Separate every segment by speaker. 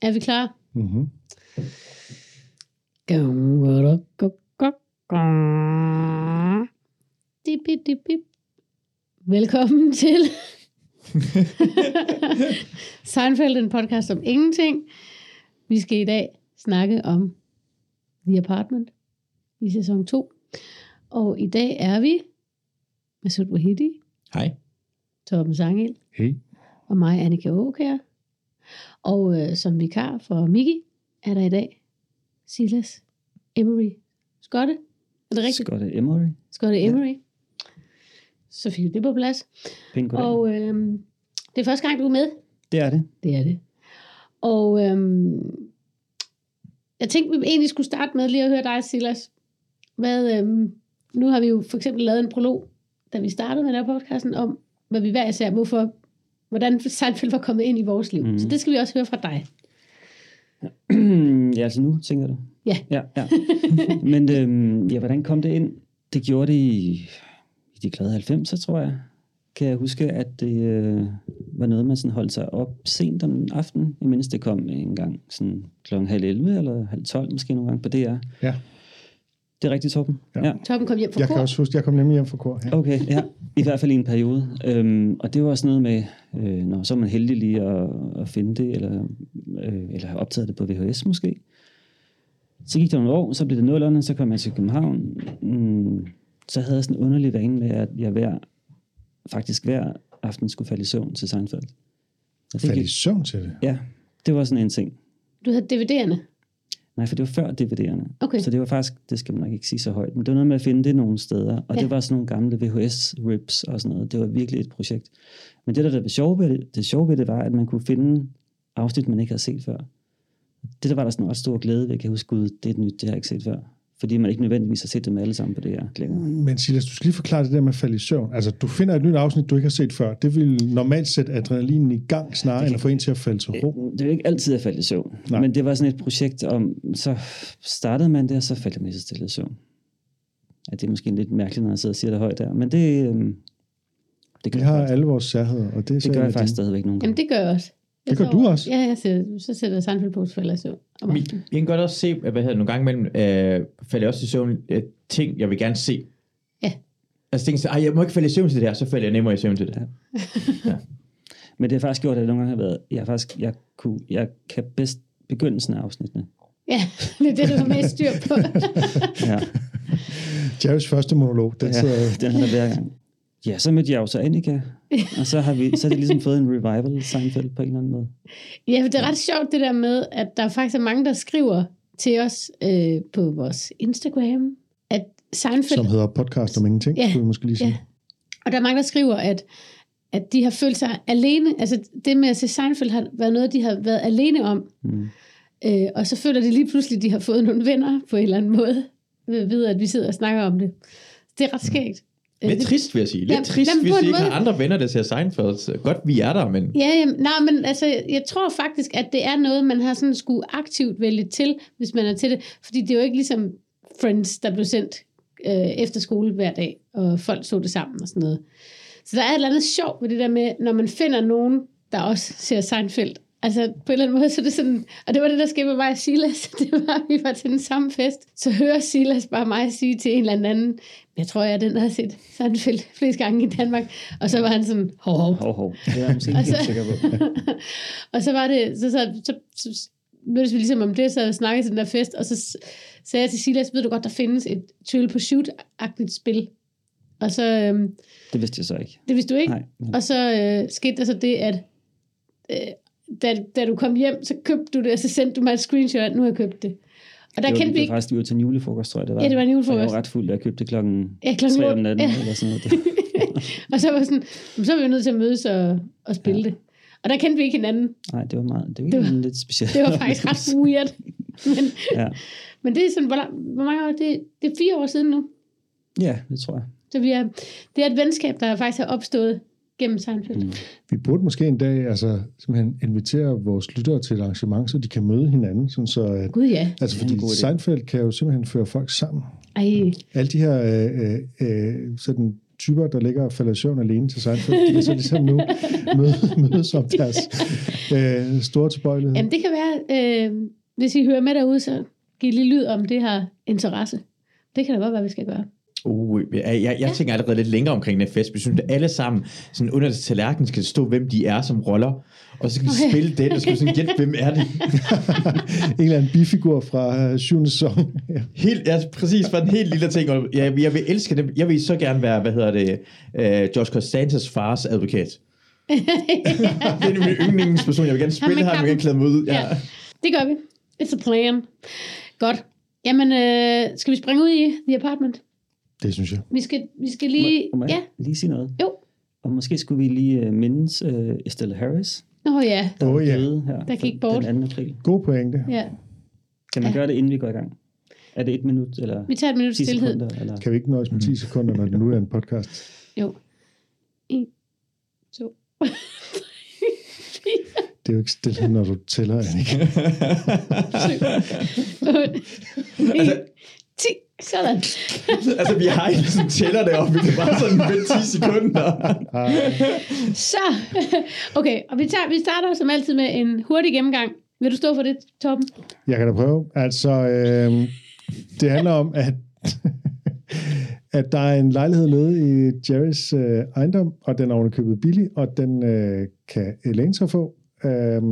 Speaker 1: Er vi klar?
Speaker 2: Mm-hmm.
Speaker 1: Dip, dip, dip, dip. Velkommen til Seinfeld, en podcast om ingenting. Vi skal i dag snakke om The Apartment i sæson 2. Og i dag er vi Masud Wahidi,
Speaker 3: Hej.
Speaker 1: Torben Sangel
Speaker 2: Hey.
Speaker 1: og mig, Annika Åkær. Og øh, som vikar for Miki er der i dag Silas Emery Skotte. Er det rigtigt?
Speaker 3: Scott Emery.
Speaker 1: Skotte Emery. Så fik vi det på plads.
Speaker 3: Pink
Speaker 1: Og øh, det er første gang, du er med.
Speaker 3: det er det.
Speaker 1: Det er det. Og øhm, jeg tænkte, vi egentlig skulle starte med lige at høre dig, Silas. Hvad, øhm, nu har vi jo for eksempel lavet en prolog, da vi startede med den her podcasten, om hvad vi hver især, hvorfor, hvordan Seinfeld var kommet ind i vores liv. Mm.
Speaker 3: Mhm.
Speaker 1: Så det skal vi også høre fra dig.
Speaker 3: ja, altså nu, tænker du?
Speaker 1: Ja.
Speaker 3: Ja, ja. Men øhm, ja, hvordan kom det ind? Det gjorde det i, i de glade 90'er, tror jeg. Kan jeg huske, at det øh, var noget, man sådan holdt sig op sent om aftenen, imens det kom en gang sådan klokken halv 11 eller halv 12 måske nogle gange på DR.
Speaker 2: Ja.
Speaker 3: Det er rigtigt, Torben?
Speaker 2: Ja.
Speaker 1: Toppen kom hjem fra
Speaker 2: Jeg
Speaker 1: kor.
Speaker 2: kan også huske, jeg kom nemlig hjem fra kor. Ja.
Speaker 3: Okay, ja. I hvert fald i en periode. Øhm, og det var sådan noget med, øh, når så er man heldig lige at, at finde det, eller, øh, eller have optaget det på VHS måske. Så gik der nogle år, så blev det nullerne, så kom jeg til København. Mm, så havde jeg sådan en underlig vane med, at jeg hver, faktisk hver aften skulle falde i søvn til Seinfeld. Og det
Speaker 2: Faldt
Speaker 3: gik,
Speaker 2: i søvn til det.
Speaker 3: ja, det var sådan en ting.
Speaker 1: Du havde DVD'erne.
Speaker 3: Nej, for det var før DVD'erne.
Speaker 1: Okay.
Speaker 3: Så det var faktisk, det skal man nok ikke sige så højt, men det var noget med at finde det nogle steder, og
Speaker 1: Ja.
Speaker 3: ja. det var sådan nogle gamle VHS-rips og sådan noget. Det var virkelig et projekt. Men det, der, der var sjovt ved det, det sjove ved det, var, at man kunne finde afsnit, man ikke havde set før. Det, der var der sådan en ret stor glæde ved, jeg kan huske, gud, det er et nyt, det har jeg ikke set før. Fordi man ikke nødvendigvis har set dem alle sammen på det her længere.
Speaker 2: Men Silas, du skal lige forklare det der med at falde i søvn. Altså, du finder et nyt afsnit, du ikke har set før. Det vil normalt sætte adrenalinen i gang, snarere end at få en til at falde til ro.
Speaker 3: Det er jo ikke altid, jeg faldt i søvn.
Speaker 2: Nej.
Speaker 3: Nej. Men det var sådan et projekt om, så startede man det, og så faldt jeg lige så stille i søvn. Ja, det er måske lidt mærkeligt, når jeg sidder og siger det højt der, men det, øhm, det gør,
Speaker 2: Vi
Speaker 3: jeg,
Speaker 2: har
Speaker 3: faktisk,
Speaker 2: alle vores særheder, og det er så
Speaker 3: det gør
Speaker 2: en
Speaker 3: jeg
Speaker 2: af
Speaker 3: faktisk
Speaker 2: dine.
Speaker 3: stadigvæk nogle gange.
Speaker 1: Jamen, det gør jeg også. Jeg
Speaker 2: Det gør
Speaker 1: sover-
Speaker 2: du også?
Speaker 1: Ja, jeg ser, så sætter jeg Seinfeld på, så falder jeg i søvn. om
Speaker 4: Vi,
Speaker 1: aftenen.
Speaker 4: vi kan godt også se, at, hvad hedder det, nogle gange imellem, øh, falder jeg også i søvn øh, ting, jeg vil gerne se.
Speaker 1: Ja.
Speaker 4: Altså tænker jeg, "Ej, jeg må ikke falde i søvn til det her, så falder jeg nemmere i søvn til det. Ja.
Speaker 3: Men det har faktisk gjort, at jeg nogle gange har været, jeg, har faktisk, jeg, kunne, jeg kan bedst begyndelsen af afsnittene.
Speaker 1: Ja, det er det, du har mest styr på.
Speaker 3: Ja,
Speaker 2: Jerrys første monolog, den
Speaker 3: ja
Speaker 2: sidder
Speaker 3: den har der hver gang. Ja, så mødte jeg jo så Annika, og så har, vi, så har det ligesom fået en revival af Seinfeld på en eller anden måde.
Speaker 1: Ja, for det er ret sjovt det der med, at der faktisk er mange, der skriver til os øh, på vores Instagram, at Seinfeld...
Speaker 2: som hedder podcast om ingenting,
Speaker 1: Ja.
Speaker 2: ja. skulle vi måske lige sige. Ja.
Speaker 1: Og der er mange, der skriver, at, at de har følt sig alene. Altså det med at se Seinfeld har været noget, de har været alene om.
Speaker 3: Mm.
Speaker 1: Øh, og så føler de lige pludselig, at de har fået nogle venner på en eller anden måde, ved, ved at vi sidder og snakker om det. Det er ret skægt. Øh,
Speaker 4: Lidt
Speaker 1: det-
Speaker 4: trist, vil jeg sige. Lidt
Speaker 1: Jamen,
Speaker 4: trist,
Speaker 1: jamen, på
Speaker 4: hvis
Speaker 1: en
Speaker 4: I ikke
Speaker 1: måde-
Speaker 4: har andre venner, der ser Seinfeld. Så Godt, vi er der, men...
Speaker 1: Ja, jamen, nej, men altså, jeg tror faktisk, at det er noget, man har sådan skulle aktivt vælge til, hvis man er til det. Fordi det er jo ikke ligesom Friends, der blev sendt øh, efter skole hver dag, og folk så det sammen og sådan noget. Så der er et eller andet sjovt ved det der med, når man finder nogen, der også ser Seinfeld. Altså på en eller anden måde, så er det sådan, og det var det, der skete med mig og Silas, det var, at vi var til den samme fest, så hører Silas bare mig sige til en eller anden, jeg tror, jeg er den, der har set Seinfeld flest gange i Danmark, og så var han sådan, hov, hov.
Speaker 3: Hov, hov. Det er jeg måske ikke
Speaker 1: Altså-
Speaker 3: helt sikker på.
Speaker 1: og så var det, så, så, så, så mødtes vi ligesom om det, så snakkede til den der fest, og så s- sagde jeg til Silas, ved du godt, der findes et trial pursuit-agtigt spil. Og så, øhm,
Speaker 3: Det vidste jeg så ikke.
Speaker 1: det vidste du ikke.
Speaker 3: Nej. nej.
Speaker 1: Og så øh, skete der så det, at øh, da, da du kom hjem, så købte du det, og så sendte du mig et screenshot, at nu har jeg købt det. Og der
Speaker 3: det var,
Speaker 1: kendte vi
Speaker 3: det
Speaker 1: ikke...
Speaker 3: var faktisk, vi var til en julefrokost, tror jeg, det var.
Speaker 1: Ja, det var en
Speaker 3: For Jeg
Speaker 1: julefrokost.
Speaker 3: var ret fuld, jeg købte det klokken
Speaker 1: Ja, klokken
Speaker 3: 3 om
Speaker 1: otte,
Speaker 3: natten,
Speaker 1: ja.
Speaker 3: eller sådan noget.
Speaker 1: og så var jeg sådan, "Jamen, så er vi nødt til at mødes og, og spille ja.
Speaker 3: Ja.
Speaker 1: det. Og der kendte vi ikke hinanden.
Speaker 3: Nej, det var meget, det var,
Speaker 1: Det
Speaker 3: det
Speaker 1: var-
Speaker 3: var lidt specielt.
Speaker 1: Det var faktisk ret weird. Men,
Speaker 3: Ja.
Speaker 1: men det er sådan, hvor, lang- hvor mange år? Det, det er fire år siden nu.
Speaker 3: ja, det tror jeg.
Speaker 1: Så vi er, det er et venskab, der faktisk har opstået gennem Seinfeld. Mm.
Speaker 3: Mm.
Speaker 2: Vi burde måske en dag altså, simpelthen invitere vores lyttere til et arrangement, så de kan møde hinanden. Sådan så, at,
Speaker 1: Gud ja.
Speaker 2: altså,
Speaker 3: Det er en
Speaker 2: fordi
Speaker 3: god idé.
Speaker 2: Seinfeld kan jo simpelthen føre folk sammen.
Speaker 1: Ej,
Speaker 2: Alle de her øh, øh, øh, sådan typer, der ligger og falder i søvn alene til Seinfeld, de kan så ligesom nu møde, mødes om deres øh, store tilbøjelighed.
Speaker 1: Jamen, det kan være, øh, hvis I hører med derude, så giv lige lyd om det her interesse. Det kan da godt være, vi skal gøre.
Speaker 4: Uh, jeg, jeg, jeg tænker allerede lidt længere omkring den her fest. Vi synes, at alle sammen sådan under tallerkenen skal stå, hvem de er som roller. Og så skal vi
Speaker 1: Okay.
Speaker 4: spille det, og så skal vi sådan gætte, hvem er det.
Speaker 2: en eller anden bifigur fra øh, syvende sæson. Ja.
Speaker 4: Helt, ja, præcis, for den helt lille ting. Og Jeg, jeg vil elske dem. Jeg vil så gerne være, hvad hedder det, uh, Josh Costanzas fars advokat. det er min yndlingsperson. Jeg vil gerne spille
Speaker 1: med
Speaker 4: ham, jeg vil gerne klæde mig ud. Ja.
Speaker 1: Ja. Det gør vi. It's a plan. Godt. Jamen, øh, skal vi springe ud i The Apartment?
Speaker 2: Det synes jeg.
Speaker 1: Vi skal, vi skal lige...
Speaker 3: Må, må jeg
Speaker 1: Ja.
Speaker 3: lige sige noget?
Speaker 1: Jo.
Speaker 3: Og måske skulle vi lige øh, mindes øh, Estelle Harris,
Speaker 1: Nå ja.
Speaker 3: der
Speaker 2: Åh,
Speaker 3: oh,
Speaker 2: ja.
Speaker 3: ja. døde her
Speaker 1: Der gik
Speaker 3: for
Speaker 1: bort.
Speaker 3: den 2. april.
Speaker 2: God pointe.
Speaker 1: ja.
Speaker 3: Kan man
Speaker 1: Ja.
Speaker 3: gøre det, inden vi går i gang? Er det et minut, eller
Speaker 1: Vi tager et minut
Speaker 3: 10
Speaker 1: stillhed.
Speaker 3: sekunder? Eller?
Speaker 2: Kan vi ikke nøjes med 10 sekunder, når det nu er en podcast?
Speaker 1: Jo. En, to, fire,
Speaker 2: Det er jo ikke stille, når du tæller, Annika.
Speaker 1: otte, ni, ti. Sådan.
Speaker 4: altså, vi har ikke sådan tæller deroppe. Det er bare sådan ved 10 sekunder.
Speaker 2: Ah,
Speaker 1: Så. Okay, og vi, tager, vi starter som altid med en hurtig gennemgang. Vil du stå for det, Torben?
Speaker 2: jeg kan da prøve. Altså, øh, det handler om, at, at der er en lejlighed nede i Jerrys øh, ejendom, og den er ovenikøbet billig, og den øh, kan Elaine så få. Øh,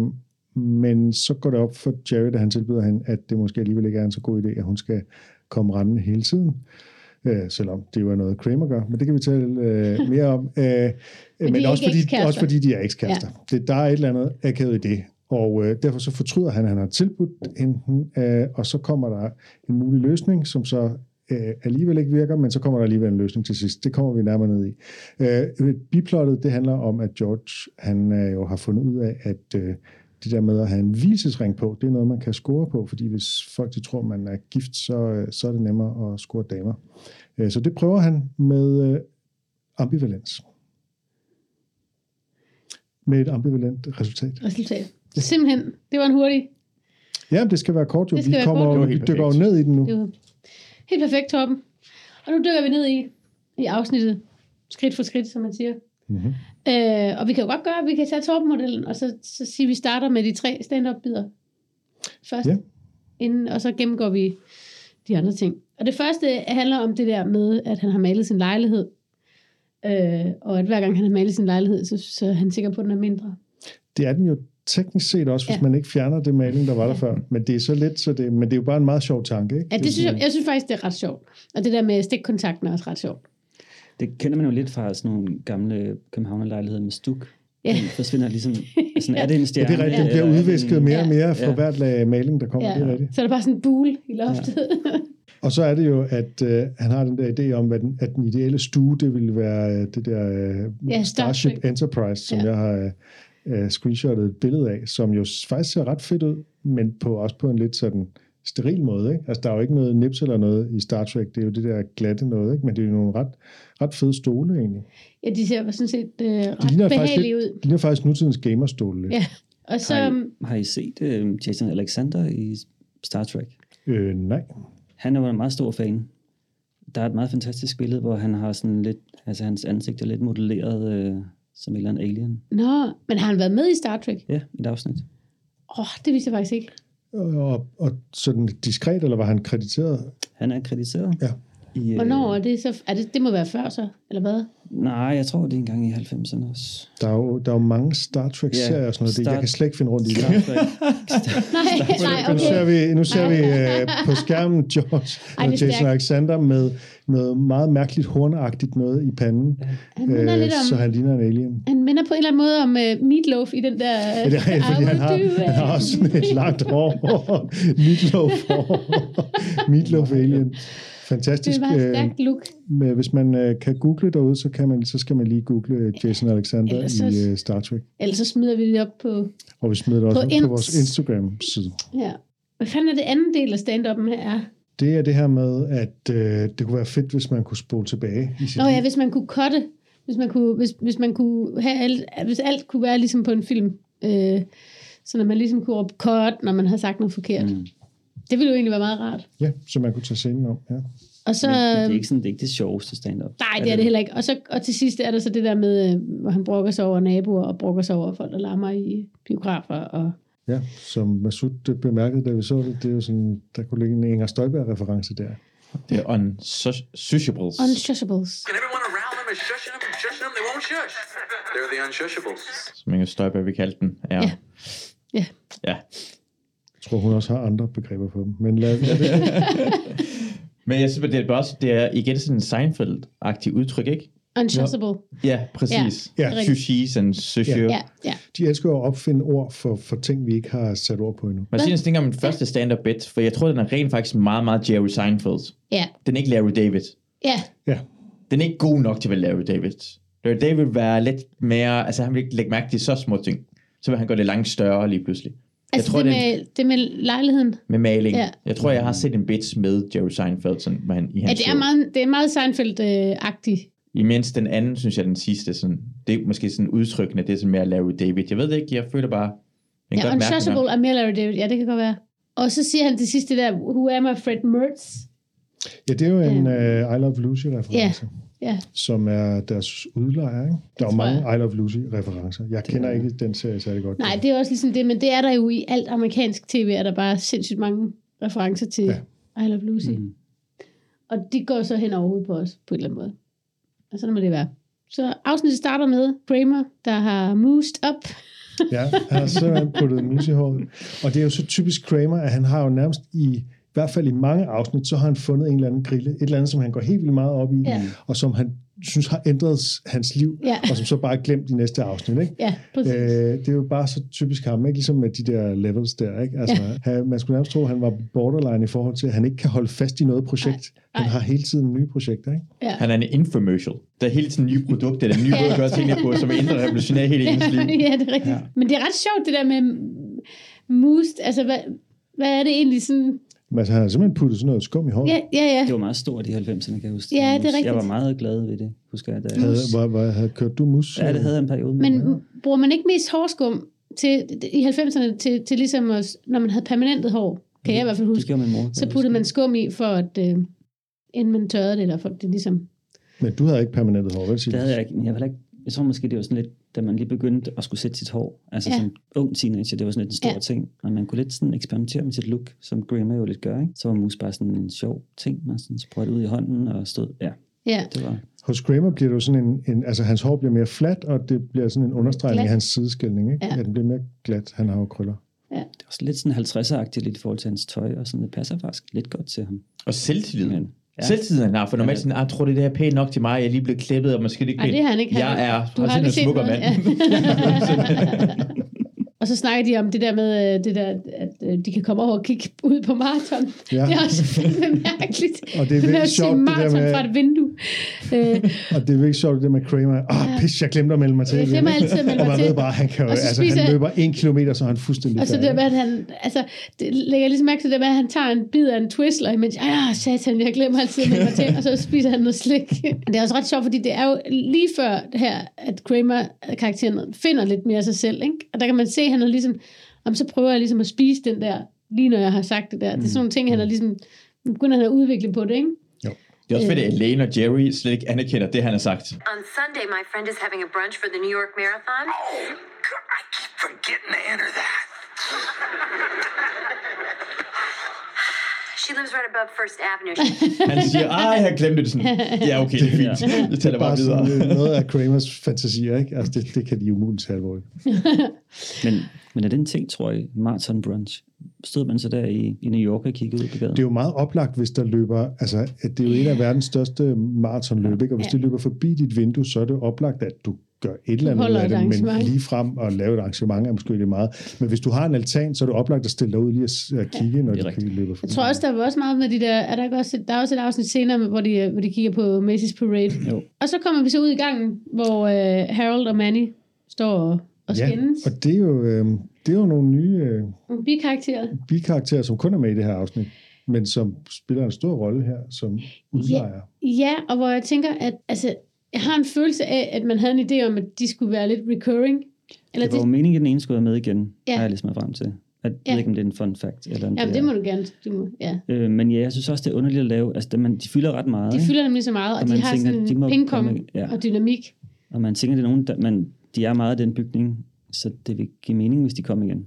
Speaker 2: men så går det op for Jerry, da han tilbyder hende, at det måske alligevel ikke er en så god idé, at hun skal komme rendende hele tiden. Øh, selvom det jo er noget, Kramer gør, men det kan vi tale øh, mere om. Øh, men
Speaker 1: de er
Speaker 2: også,
Speaker 1: ikke
Speaker 2: fordi,
Speaker 1: ekskærester.
Speaker 2: også fordi de er ekskærester. Ja. Det, der er et eller andet akavet i det, og øh, derfor så fortryder han, at han har tilbudt enten, øh, og så kommer der en mulig løsning, som så øh, alligevel ikke virker, men så kommer der alligevel en løsning til sidst. Det kommer vi nærmere ned i. Øh, biplottet, det handler om, at George, han øh, jo har fundet ud af, at øh, det der med at have en hvilesesring på, det er noget, man kan score på, fordi hvis folk de tror, man er gift, så, øh, så er det nemmere at score damer. Øh, så det prøver han med øh, ambivalens. Med et ambivalent resultat.
Speaker 1: Resultat. Simpelthen. Det var en hurtig.
Speaker 2: Ja, det skal være kort, jo.
Speaker 1: Det skal
Speaker 2: Vi,
Speaker 1: være
Speaker 2: kommer,
Speaker 1: kort.
Speaker 2: jo-
Speaker 4: Det var
Speaker 2: vi
Speaker 4: helt
Speaker 2: dykker jo
Speaker 4: perfekt.
Speaker 2: ned i den nu.
Speaker 1: Det var helt perfekt, Torben. Og nu dykker vi ned i, i afsnittet. Skridt for skridt, som man siger.
Speaker 2: Mm-hmm.
Speaker 1: Øh, og vi kan jo godt gøre, at vi kan tage Torben-modellen, og så, så siger vi starter med de tre stand-up-bidder først.
Speaker 2: Ja.
Speaker 1: Inden, og så gennemgår vi de andre ting. Og det første handler om det der med, at han har malet sin lejlighed. Øh, og at hver gang han har malet sin lejlighed, så, så er han sikker på, at den er mindre.
Speaker 2: Det er den jo teknisk set også, hvis
Speaker 1: Ja.
Speaker 2: ja. man ikke fjerner det maling, der var der før. Men det er så let, så det, men det er jo bare en meget sjov tanke. Ikke?
Speaker 1: Ja, det,
Speaker 2: er
Speaker 1: synes jeg,
Speaker 2: sådan-
Speaker 1: jeg synes faktisk, det er ret sjovt. Og det der med stikkontakten er også ret sjovt.
Speaker 3: Det kender man jo lidt fra sådan nogle gamle københavnerlejligheder med stuk.
Speaker 1: Ja.
Speaker 3: Ja. Den forsvinder ligesom, sådan, er det en
Speaker 2: Ja,
Speaker 3: stjerne?
Speaker 2: det er rigtigt. Den
Speaker 3: eller
Speaker 2: bliver
Speaker 3: er det
Speaker 2: udvisket
Speaker 3: en-
Speaker 2: mere og mere for
Speaker 3: Ja.
Speaker 2: hvert lag maling, der kommer. Det er rigtigt.
Speaker 1: Så er der bare sådan en bule i loftet.
Speaker 2: Og så er det jo, at øh, han har den der idé om, at den, at den ideelle stue, det ville være øh, det der øh,
Speaker 1: Ja, Star
Speaker 2: ja, Starship
Speaker 1: Trek.
Speaker 2: Enterprise, som
Speaker 1: Ja.
Speaker 2: ja. jeg har øh, screenshotet et billede af, som jo faktisk ser ret fedt ud, men på, også på en lidt sådan steril måde. Ikke? Altså, der er jo ikke noget nips eller noget i Star Trek, det er jo det der glatte noget, ikke? men det er jo nogle ret, ret fede stole egentlig.
Speaker 1: Ja, de ser sådan set øh,
Speaker 2: De
Speaker 1: ret
Speaker 2: ligner faktisk,
Speaker 1: behagelige
Speaker 2: lidt,
Speaker 1: ud.
Speaker 2: de ligner faktisk nutidens gamerstole lidt.
Speaker 1: Ja. Og så,
Speaker 3: Har I, har I set øh, Jason Alexander i Star Trek?
Speaker 2: Øh, nej.
Speaker 3: Han er jo en meget stor fan. Der er et meget fantastisk billede, hvor han har sådan lidt, altså hans ansigt er lidt modelleret øh, som en eller anden alien.
Speaker 1: nå, men har han været med i Star Trek?
Speaker 3: Ja, et afsnit.
Speaker 1: Åh, oh, det vidste jeg faktisk ikke.
Speaker 2: Og, og, og sådan diskret, eller var han krediteret?
Speaker 3: Han er krediteret.
Speaker 2: Ja.
Speaker 3: I, øh,
Speaker 1: Hvornår er det så? Er det, det må være før så, eller hvad?
Speaker 3: Nej, jeg tror, det er engang i 90'erne også.
Speaker 2: Der er jo, der er jo mange Star Trek-serier og sådan noget. Star...
Speaker 3: Star-
Speaker 2: Jeg kan slet ikke finde rundt i det.
Speaker 3: Star Trek.
Speaker 1: Nej, nej,
Speaker 2: Nu ser
Speaker 1: okay.
Speaker 2: vi, nu ser vi øh, på skærmen George
Speaker 1: Ej, det er
Speaker 2: Ej, og Jason
Speaker 1: stærkt.
Speaker 2: Alexander med noget meget mærkeligt hornagtigt noget i panden,
Speaker 1: Han minder
Speaker 2: øh,
Speaker 1: lidt om,
Speaker 2: så han ligner en alien.
Speaker 1: han minder på en eller anden måde om uh, Meatloaf i den der... Uh,
Speaker 2: Ja, det er rigtigt, fordi han har, han har også sådan et langt hår. Meatloaf hår. Meatloaf alien.
Speaker 1: Det
Speaker 2: Fantastisk.
Speaker 1: var et
Speaker 2: øh,
Speaker 1: stærkt look.
Speaker 2: med- Hvis man øh, kan google derude, så, kan man, så skal man lige google øh, Jason Alexander
Speaker 1: Ellers så-
Speaker 2: i øh, Star Trek.
Speaker 1: Ellers så smider vi det op på...
Speaker 2: Og vi smider det
Speaker 1: På
Speaker 2: også på,
Speaker 1: Inst-
Speaker 2: på vores Instagram-side.
Speaker 1: Ja. Hvad fanden er det anden del af stand-up'en her?
Speaker 2: Det er det her med, at øh, det kunne være fedt, hvis man kunne spole tilbage i sit
Speaker 1: Nå
Speaker 2: liv.
Speaker 1: ja, hvis man kunne cutte, hvis man kunne, hvis, hvis man kunne have alt, hvis alt kunne være ligesom på en film, øh, så når man ligesom kunne råbe cut, når man har sagt noget forkert. Mm. Det ville jo egentlig være meget rart.
Speaker 2: Ja, så man kunne tage scenen om. Ja.
Speaker 1: Og så... øhm,
Speaker 3: Men, men det er ikke sådan, det er ikke det sjoveste stand-up.
Speaker 1: Nej, det er det heller ikke. Og, så, og til sidst er der så det der med, øh, hvor han brokker sig over naboer, og brokker sig over folk, der larmer i biografer. Og...
Speaker 2: ja, som Masud øh, bemærkede, da vi så det, det er jo sådan, der kunne ligge en Inger Støjberg-reference der.
Speaker 4: Det er unsociables.
Speaker 1: Unshachables.
Speaker 5: And everyone around them is shushing them and shushing them. They won't shush. They're the unshushables.
Speaker 4: Som Inger Støjberg vil kalde den. Ja.
Speaker 1: Ja. Ja.
Speaker 4: ja.
Speaker 2: Jeg tror, hun også har andre begreber for dem. Men lad, lad det,
Speaker 4: Men jeg synes, at det er, bare også, det er igen sådan en Seinfeld-agtig udtryk, ikke?
Speaker 1: Unshashable.
Speaker 4: Ja, præcis.
Speaker 2: Ja.
Speaker 1: Ja.
Speaker 4: Sushis and sushi.
Speaker 1: Ja, ja.
Speaker 2: de elsker jo at opfinde ord for, for ting, vi ikke har sat ord på endnu.
Speaker 4: Man siger næsten ikke om den første stand-up bit, for jeg tror, den er rent faktisk meget, meget Jerry Seinfeld.
Speaker 1: Ja,
Speaker 4: Den er ikke Larry David.
Speaker 1: ja.
Speaker 2: Ja,
Speaker 4: Den er ikke god nok til at være Larry David. Larry David vil være lidt mere, altså han vil ikke lægge mærke til så små ting. Så vil han gøre det langt større lige pludselig.
Speaker 1: Altså
Speaker 4: jeg tror,
Speaker 1: det,
Speaker 4: det er
Speaker 1: med, det med lejligheden.
Speaker 4: med maling.
Speaker 1: Ja.
Speaker 4: Jeg tror, jeg har set en bit med Jerry Seinfeld sådan, med han, i
Speaker 1: Ja,
Speaker 4: hans
Speaker 1: det er
Speaker 4: show.
Speaker 1: meget, det er meget øh, Seinfeld-agtigt.
Speaker 4: Imens den anden, synes jeg, den sidste, sådan, det er måske sådan udtrykkende, det er sådan mere Larry David. Jeg ved det ikke, jeg føler bare, jeg kan
Speaker 1: Ja,
Speaker 4: godt mærke den her.
Speaker 1: Untouchable er mere Larry David. Ja, det kan godt være. Og så siger han til sidst det der, who am I, Fred Mertz?
Speaker 2: ja det er jo en uh, I Love Lucy-reference.
Speaker 1: Ja,
Speaker 2: som er deres udlejer. Ikke? Der er jo
Speaker 1: tror
Speaker 2: mange I Love Lucy-referencer. Jeg kender ikke den serie særlig godt.
Speaker 1: nej, det er også ligesom det, men det er der jo i alt amerikansk tv, er der bare sindssygt mange referencer til
Speaker 2: Ja.
Speaker 1: ja. I Love Lucy. Mm. Og de går så hen overhovedet på os, på en eller anden måde. Og sådan må det være. Så afsnittet starter med Kramer, der har moosed op.
Speaker 2: Ja, han har simpelthen puttet en mus i håret. Og det er jo så typisk Kramer, at han har jo nærmest i, i hvert fald i mange afsnit, så har han fundet en eller anden grille. Et eller andet, som han går helt vildt meget op i,
Speaker 1: Ja.
Speaker 2: og som han synes har ændret s- hans liv,
Speaker 1: Ja.
Speaker 2: og som så bare er glemt i næste afsnit. Ikke?
Speaker 1: Ja, præcis. Øh,
Speaker 2: Øh, det er jo bare så typisk ham, ikke? ligesom med de der levels der. Ikke? Altså, han, man skulle nærmest tro, at han var borderline i forhold til, at han ikke kan holde fast i noget projekt.
Speaker 1: Ej, ej.
Speaker 2: Han har hele tiden nye projekter. Ikke?
Speaker 1: ja.
Speaker 4: Han er en infomercial. Der er hele tiden nye produkter, der er nye måder at gøre tingene på, som ændrer og revolutionerer hele ens liv.
Speaker 1: ja, det er rigtigt. Ja. Men det er ret sjovt, det der med mm, moosed. Altså, hvad, hvad er det egentlig sådan?
Speaker 2: Men altså, han har simpelthen puttet sådan noget skum i håret.
Speaker 1: Ja, ja, ja.
Speaker 3: Det var meget stort i 90'erne, kan jeg huske.
Speaker 1: Ja, det er
Speaker 3: Jeg husker- Jeg
Speaker 1: rigtigt.
Speaker 3: var meget glad ved det, husker jeg. Da. jeg-
Speaker 2: Havde, hvor, hvor, havde kørt du mus?
Speaker 3: Ja, det havde jeg en periode. med.
Speaker 1: Men m- bruger man ikke mest hårskum til, i 90'erne til, til ligesom os, når man havde permanentet hår, kan jeg i hvert fald
Speaker 3: Det
Speaker 1: huske,
Speaker 3: gjorde min mor. kan
Speaker 1: så
Speaker 3: jeg
Speaker 1: puttede
Speaker 3: huske.
Speaker 1: man skum i, for at øh, inden man tørrede det, eller for det ligesom...
Speaker 2: Men du havde ikke permanentet hår, vel? Silas?
Speaker 3: Det havde jeg ikke, men jeg, var heller ikke, jeg tror måske, det var sådan lidt, da man lige begyndte at skulle sætte sit hår, altså
Speaker 1: Ja.
Speaker 3: ja. som ung teenager, det var sådan lidt en stor
Speaker 1: Ja.
Speaker 3: ja. ting, og man kunne lidt sådan eksperimentere med sit look, som Grimmer jo lidt gør, ikke? Så var mus bare sådan en sjov ting, man sådan sprøjtede ud i hånden og stod, ja,
Speaker 1: Ja,
Speaker 3: det var,
Speaker 2: Hos Kramer bliver det jo sådan en, en... Altså, hans hår bliver mere fladt, og det bliver sådan en understregning
Speaker 1: Glat.
Speaker 2: af hans sideskældning, ikke?
Speaker 1: Ja.
Speaker 2: Ja. ja. den bliver mere glat. Han har jo krøller.
Speaker 3: det var sådan lidt sådan 50'er-agtigt lidt i forhold til hans tøj, og sådan, det passer faktisk lidt godt til
Speaker 2: Mm.
Speaker 3: ham.
Speaker 4: Og selvtilliden.
Speaker 3: Men, ja.
Speaker 4: Selvtilliden, han har, for normalt sådan, "Ah, jeg tror det, det her er pænt nok til mig, jeg er lige blevet klippet, og måske det ikke
Speaker 1: Ej, det har han ikke.
Speaker 4: Jeg
Speaker 1: Han-
Speaker 4: er
Speaker 1: du har
Speaker 4: sådan en
Speaker 1: aldrig set
Speaker 4: smukker
Speaker 1: noget.
Speaker 4: mand.
Speaker 1: og så snakker de om det der med, øh, det der, at øh, de kan komme over og kigge ud på maraton.
Speaker 2: Ja.
Speaker 1: Det er også fandme mærkeligt.
Speaker 2: Og det er
Speaker 1: med at
Speaker 2: virkelig
Speaker 1: se
Speaker 2: sjovt, det der
Speaker 1: maraton
Speaker 2: med...
Speaker 1: fra et vindue. Øh,
Speaker 2: Og det er virkelig sjovt, det der med Kramer. Ah,
Speaker 1: Ja.
Speaker 2: oh, pis, jeg glemte at melde mig til.
Speaker 1: Jeg glemmer altid at melde
Speaker 2: og
Speaker 1: mig
Speaker 2: man
Speaker 1: til.
Speaker 2: ved bare, han kan jo...
Speaker 1: Og så
Speaker 2: Altså,
Speaker 1: spiser-
Speaker 2: han løber en kilometer, så er han fuldstændig
Speaker 1: Og så det der
Speaker 2: færdig.
Speaker 1: med, at han, altså, det lægger ligesom mærke til det der med, at han tager en bid af en Twizzler, imens, ah, satan, jeg glemmer altid, at melde mig til, og så spiser han noget slik. Og det er også ret sjovt, fordi det er jo lige før det her, at Kramer-karakteren finder lidt mere af sig selv, ikke? Og der kan man se, at han er ligesom, om så prøver jeg ligesom at spise den der, lige når jeg har sagt det der. Det er sådan nogle ting, han er ligesom, nu begynder han at udvikle på det, ikke?
Speaker 4: Det er også fedt, at Elaine og Jerry slet ikke anerkender det, han har sagt.
Speaker 6: On Sunday, my friend is having a brunch for the New York Marathon.
Speaker 5: Oh, God, I keep forgetting to enter that.
Speaker 6: She lives right above First Avenue. She-
Speaker 4: Han siger, ej, jeg glemte det sådan. Ja, okay, det er fint. Jeg tæller bare
Speaker 2: Bare
Speaker 4: videre.
Speaker 2: sådan øh, noget af Kramers fantasier, ikke? Altså, det, det kan de umuligt tage alvorligt.
Speaker 3: Men, men er den ting, tror jeg, Martin Brunch, stod man så der i, i New York og kiggede ud på gaden?
Speaker 2: Det er jo meget oplagt, hvis der løber, altså at det er jo en af verdens største maratonløb, ikke? og hvis
Speaker 1: Ja.
Speaker 2: det løber forbi dit vindue, så er det oplagt, at du gør et eller andet ud
Speaker 1: Holder
Speaker 2: af
Speaker 1: et
Speaker 2: det, men
Speaker 1: arrangement.
Speaker 2: lige frem og lave et arrangement er måske lidt meget. Men hvis du har en altan, så er det oplagt at stille dig ud lige og s- at kigge, når
Speaker 3: det er
Speaker 2: de
Speaker 3: rigtigt.
Speaker 2: løber forbi.
Speaker 1: Jeg tror også, der var også meget med de der, er der, ikke også, der er også et afsnit senere, hvor de, øh, hvor de kigger på Macy's Parade.
Speaker 3: Jo.
Speaker 1: Og så kommer vi så ud i gangen, hvor øh, Harold og Manny står og, og
Speaker 2: ja,
Speaker 1: skændes.
Speaker 2: og det er, jo, øh, det er jo nogle nye øh,
Speaker 1: Nogle bikarakterer.
Speaker 2: bikarakterer, som kun er med i det her afsnit, men som spiller en stor rolle her, som udlejer.
Speaker 1: Ja, og hvor jeg tænker, at altså, jeg har en følelse af, at man havde en idé om, at de skulle være lidt recurring. Eller
Speaker 3: Det var jo
Speaker 1: det,
Speaker 3: meningen, at den ene skulle være med igen,
Speaker 1: Ja.
Speaker 3: ja. har jeg læst mig frem til. At Jeg ja.
Speaker 1: Ja.
Speaker 3: ved ikke, om det er en fun fact. Eller om
Speaker 1: Jamen,
Speaker 3: det
Speaker 1: det
Speaker 3: er-
Speaker 1: må du gerne. Du må, ja.
Speaker 3: Øh, men ja, jeg synes også, det er underligt at lave. Altså, det- man, de fylder ret meget.
Speaker 1: De
Speaker 3: ikke?
Speaker 1: fylder nemlig så meget, og,
Speaker 3: Og
Speaker 1: de
Speaker 3: man
Speaker 1: har
Speaker 3: tænker,
Speaker 1: sådan
Speaker 3: de må
Speaker 1: en pingpong
Speaker 3: komme- ja.
Speaker 1: og dynamik.
Speaker 3: Og man tænker, det er nogen, der, man, de er meget i den bygning, så det vil give mening, hvis de kommer igen.
Speaker 2: Mm.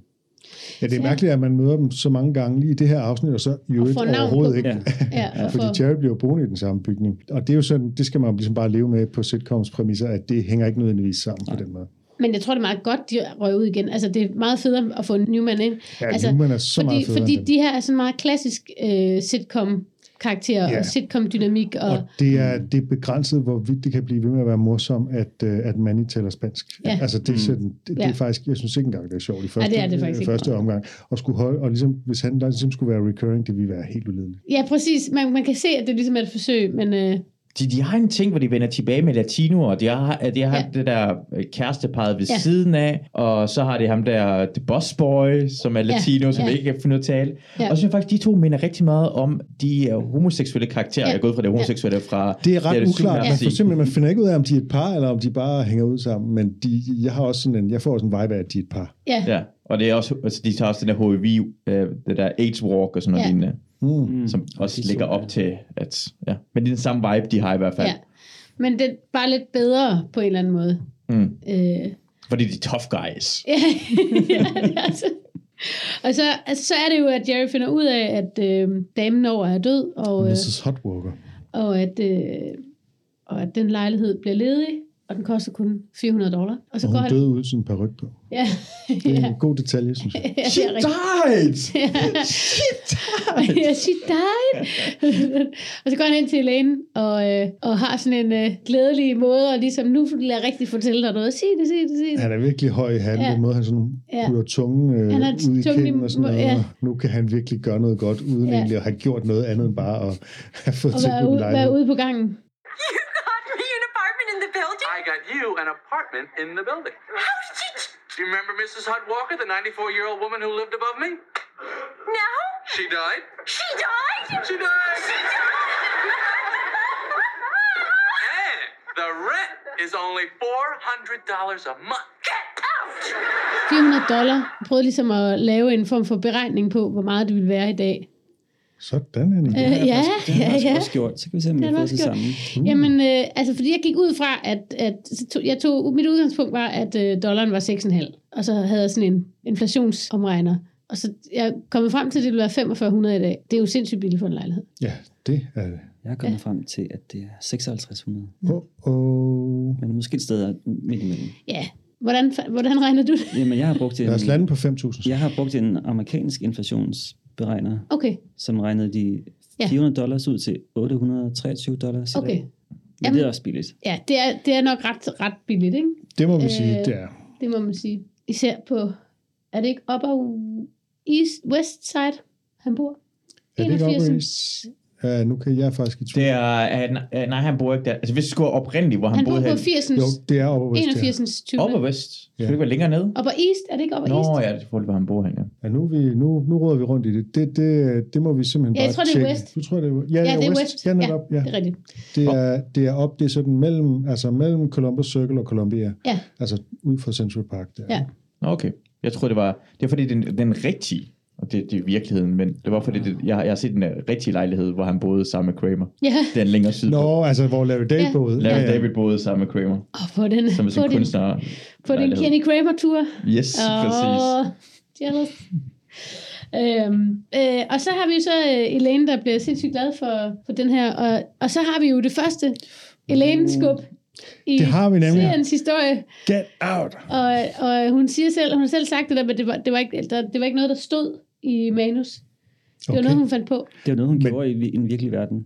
Speaker 2: Ja, det er mærkeligt, at man møder dem så mange gange lige i det her afsnit, og så i øvrigt
Speaker 1: får navn
Speaker 2: overhovedet
Speaker 1: på.
Speaker 2: ikke.
Speaker 3: Ja.
Speaker 1: Ja, og
Speaker 2: Fordi
Speaker 1: for,
Speaker 2: Jerry bliver jo boende i den samme bygning. Og det er jo sådan, det skal man jo ligesom bare leve med på sitcoms præmisser, at det hænger ikke nødvendigvis sammen på den måde.
Speaker 1: men jeg tror, det er meget godt, de røg ud igen. Altså, det er meget federe at få Newman ind.
Speaker 2: Ja,
Speaker 1: altså,
Speaker 2: altså, Newman er så
Speaker 1: fordi,
Speaker 2: meget federe
Speaker 1: fordi
Speaker 2: end dem.
Speaker 1: de her er sådan meget klassisk øh, sitcom-karakterer
Speaker 2: Ja.
Speaker 1: og sitcom-dynamik. Og,
Speaker 2: Og det er, det er begrænset, hvorvidt det kan blive ved med at være morsom, at, øh, at Manny taler spansk.
Speaker 1: Ja.
Speaker 2: Altså, det, er sådan, det, det
Speaker 1: Ja.
Speaker 2: er faktisk, jeg synes ikke engang, det er sjovt i
Speaker 1: Nej,
Speaker 2: første,
Speaker 1: det er det faktisk
Speaker 2: øh,
Speaker 1: ikke.
Speaker 2: første omgang. Og, skulle holde, og ligesom, hvis han der ligesom skulle være recurring, det ville være helt ulideligt.
Speaker 1: ja, præcis. Man, man kan se, at det ligesom er et forsøg, men øh,
Speaker 4: De, de har en ting, hvor de vender tilbage med latinoer. De har, at de har
Speaker 1: Ja.
Speaker 4: ja. det der øh, kæresteparet ved
Speaker 1: Ja.
Speaker 4: ja. siden af, og så har de ham der, The Boss Boy, som er latino, ja. som
Speaker 1: ja.
Speaker 4: ja. ikke kan finde ud af at tale.
Speaker 1: Ja.
Speaker 4: Ja. Og så synes jeg faktisk, de to minder rigtig meget om de øh, homoseksuelle karakterer.
Speaker 1: Ja.
Speaker 4: Ja. Jeg er gået fra det homoseksuelle fra...
Speaker 2: Det er ret det er
Speaker 4: syvende
Speaker 2: uklart. Man, får
Speaker 4: afsnit.
Speaker 2: simpelthen, man finder ikke ud af, om de er et par, eller om de bare hænger ud sammen. Men de, jeg, har også sådan en, jeg får også en vibe af, at de er et par.
Speaker 1: ja, ja.
Speaker 4: Ja, og det er også, altså, de tager også den der HIV, øh, det der AIDS walk og sådan noget
Speaker 1: Ja.
Speaker 4: ja. lignende,
Speaker 2: Mm.
Speaker 4: mm. som også
Speaker 3: det så
Speaker 4: ligger
Speaker 3: jeg.
Speaker 4: op til, at, ja. Men det er den samme vibe, de har i hvert fald.
Speaker 1: ja. Men det er bare lidt bedre på en eller anden måde.
Speaker 4: Mm.
Speaker 1: Øh,
Speaker 4: Fordi de er tough guys.
Speaker 1: ja, ja, det er altså. Og så, altså, så er det jo, at Jerry finder ud af, at øh, damen over er død, og, øh,
Speaker 2: Mrs. Hotwalker.
Speaker 1: og, at, øh, og at den lejlighed bliver ledig, og den koster kun 400 dollar. Og så
Speaker 2: Og
Speaker 1: går
Speaker 2: hun
Speaker 1: han...
Speaker 2: døde uden sin peruk på.
Speaker 1: Ja,
Speaker 2: Det er
Speaker 1: ja,
Speaker 2: en god detalje, synes jeg.
Speaker 1: ja,
Speaker 4: She
Speaker 1: det er rigtigt.
Speaker 4: died!
Speaker 1: ja, she died. og så går han ind til Elaine og, øh, og har sådan en øh, glædelig måde, og ligesom, nu vil jeg rigtig fortælle dig noget. Sig det, sig det, sig det.
Speaker 2: Han er virkelig høj i handen,
Speaker 1: Ja.
Speaker 2: ja. den måde han sådan
Speaker 1: Ja.
Speaker 2: ja. putter tungen øh,
Speaker 1: Han har
Speaker 2: ud i
Speaker 1: tungen i
Speaker 2: kinden og sådan
Speaker 1: mu-
Speaker 2: noget.
Speaker 1: ja.
Speaker 2: Ja. Nu kan han virkelig gøre noget godt, uden
Speaker 1: Ja.
Speaker 2: ja. egentlig at have gjort noget andet end bare at have fået
Speaker 1: Og
Speaker 2: til
Speaker 1: være ude,
Speaker 2: på
Speaker 1: være
Speaker 2: lejlighed.
Speaker 1: ude på gangen.
Speaker 6: You got me an apartment in the building?
Speaker 5: I got you an apartment in the building.
Speaker 6: How did you?
Speaker 5: Do you remember Mrs. Hutt Walker, the 94 year old woman who lived above me?
Speaker 6: No?
Speaker 5: She died.
Speaker 6: She died?
Speaker 5: She died. And the rent is only $400 a month.
Speaker 1: 400 dollar. Jeg prøvede ligesom at lave en form for beregning på, hvor meget det ville være i dag.
Speaker 2: Sådan, Annie.
Speaker 1: Øh, ja,
Speaker 3: Det har
Speaker 1: ja,
Speaker 3: jeg faktisk
Speaker 1: ja.
Speaker 3: også gjort. Så kan vi se, om vi
Speaker 1: Det har
Speaker 3: har
Speaker 1: du
Speaker 3: fået
Speaker 1: også
Speaker 3: det
Speaker 1: gjort.
Speaker 3: samme.
Speaker 4: Mm.
Speaker 1: Jamen, øh, altså fordi jeg gik ud fra, at, at så tog, jeg tog, mit udgangspunkt var, at øh, dollaren var 6,5, og så havde jeg sådan en inflationsomregner. Og så jeg kommet frem til, at det ville være 4500 i dag. Det er jo sindssygt billigt for en lejlighed.
Speaker 2: Ja, det er det.
Speaker 3: Jeg er kommet frem til, at det er 5600.
Speaker 2: Oh, oh.
Speaker 3: Men måske et sted er midt imellem.
Speaker 1: Ja. Hvordan, fa- hvordan regner du det?
Speaker 3: Jamen, jeg har brugt en,
Speaker 2: Lad os lande på 5.000. Øhm. Ja.
Speaker 3: jeg har brugt en amerikansk inflationsberegner,
Speaker 1: Okay,
Speaker 3: som regnede de
Speaker 1: Ja.
Speaker 3: 400 dollars ud til 823 dollars i
Speaker 1: okay.
Speaker 3: dag. Men
Speaker 1: Jamen.
Speaker 3: det er også billigt.
Speaker 1: Ja, det er, det er nok ret, ret billigt, ikke?
Speaker 2: Det må vi øh, sige,
Speaker 1: Øh,
Speaker 2: det er.
Speaker 1: Det må man sige. Især på, er det ikke op ad East, West Side, han bor?
Speaker 2: Er det ikke
Speaker 1: 81'en?
Speaker 2: opvist? Ja, nu kan jeg faktisk i tvivl.
Speaker 4: Det er, han, øh, nej, han bor ikke der. Altså, hvis det skulle være oprindeligt, hvor han,
Speaker 1: Han bor
Speaker 4: boede
Speaker 1: på
Speaker 4: hen.
Speaker 1: 80'ens,
Speaker 2: Jo, det er opvist.
Speaker 1: 81'ens 20.
Speaker 4: Op og vest. Skal
Speaker 2: Ja.
Speaker 4: det ikke være længere nede?
Speaker 1: Op ad East, er det ikke op ad
Speaker 4: Nå,
Speaker 1: East?
Speaker 4: ja, det er selvfølgelig, hvor han bor hen, ja.
Speaker 2: Ja, nu, er vi, nu, nu råder vi rundt i det. Det, det, det må vi simpelthen
Speaker 1: Ja, jeg
Speaker 2: bare
Speaker 1: tror, det er
Speaker 2: tjekke.
Speaker 1: West.
Speaker 2: Du tror, det er, ja, ja,
Speaker 1: det er
Speaker 2: West.
Speaker 1: West.
Speaker 2: Ja,
Speaker 1: Ja,
Speaker 2: netop. Ja,
Speaker 1: Det er rigtigt.
Speaker 2: Det er, det er op, det er sådan mellem, altså mellem Columbus Circle og Columbia.
Speaker 1: Ja.
Speaker 2: Altså ud for Central Park. Der.
Speaker 1: Ja.
Speaker 4: Nå, okay. Jeg tror det var... Det er fordi, den, den rigtige... Og det, det er virkeligheden, men det var fordi, det, jeg, jeg har set den øh, rigtige lejlighed, hvor han boede sammen med Kramer.
Speaker 1: Ja.
Speaker 4: Den længere syd.
Speaker 2: Nå, altså hvor Larry
Speaker 1: Ja.
Speaker 2: David ja. boede.
Speaker 4: Larry ja, ja. David boede sammen med Kramer,
Speaker 1: Og på den,
Speaker 4: som er
Speaker 1: på
Speaker 4: som
Speaker 1: den,
Speaker 4: kunstner.
Speaker 1: på den
Speaker 4: lejlighed.
Speaker 1: Kenny Kramer-tur.
Speaker 4: Yes, oh. præcis.
Speaker 1: Åh, jealous. Øhm, øh, og så har vi jo så øh, Elaine, der bliver sindssygt glad for, for den her. Og, og så har vi jo det første Elaine-skub i
Speaker 2: Det har vi nemlig.
Speaker 1: seriens historie.
Speaker 2: Get out!
Speaker 1: Og, og hun siger selv, hun har selv sagt det der, men det var, det var, ikke, der, det var ikke noget, der stod i manus. Det var
Speaker 2: Okay.
Speaker 1: noget, hun fandt på.
Speaker 3: Det er jo noget, hun
Speaker 2: Men-
Speaker 3: gjorde i vi- en virkelig verden.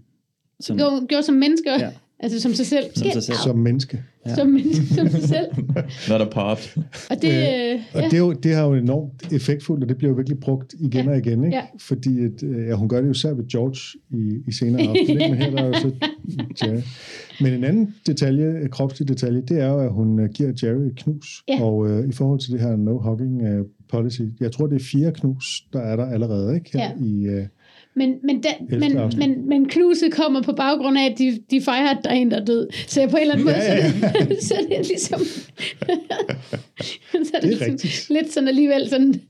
Speaker 3: Som,
Speaker 1: Gjorde, hun gjorde som menneske,
Speaker 3: Ja.
Speaker 1: ja. altså som sig selv.
Speaker 3: Som sig selv.
Speaker 2: Som menneske.
Speaker 1: Ja. Som menneske, som sig selv.
Speaker 4: Not a part.
Speaker 1: Og det, øh,
Speaker 2: Og
Speaker 1: ja,
Speaker 2: det, er jo, det har jo enormt effektfuldt, og det bliver jo virkelig brugt igen
Speaker 1: Ja.
Speaker 2: og igen. Ikke?
Speaker 1: Ja.
Speaker 2: Fordi at, øh, ja, hun gør det jo især ved George i, i senere aften, ikke? men her er der er jo så Jerry. Men en anden detalje, øh, kropslig detalje, det er jo, at hun øh, giver Jerry et knus.
Speaker 1: Ja.
Speaker 2: Og øh, i forhold til det her no-hugging øh, policy, jeg tror, det er fire knus, der er der allerede ikke her
Speaker 1: Ja.
Speaker 2: ja. i... Øh,
Speaker 1: men, men, da, men,
Speaker 2: afsnit.
Speaker 1: men, men knuset kommer på baggrund af, at de, de fejrer, at der er en, der er død. Så på en eller anden måde,
Speaker 2: Ja, ja.
Speaker 1: Så, er det, så er det ligesom... så er det,
Speaker 2: rigtigt.
Speaker 1: lidt sådan alligevel sådan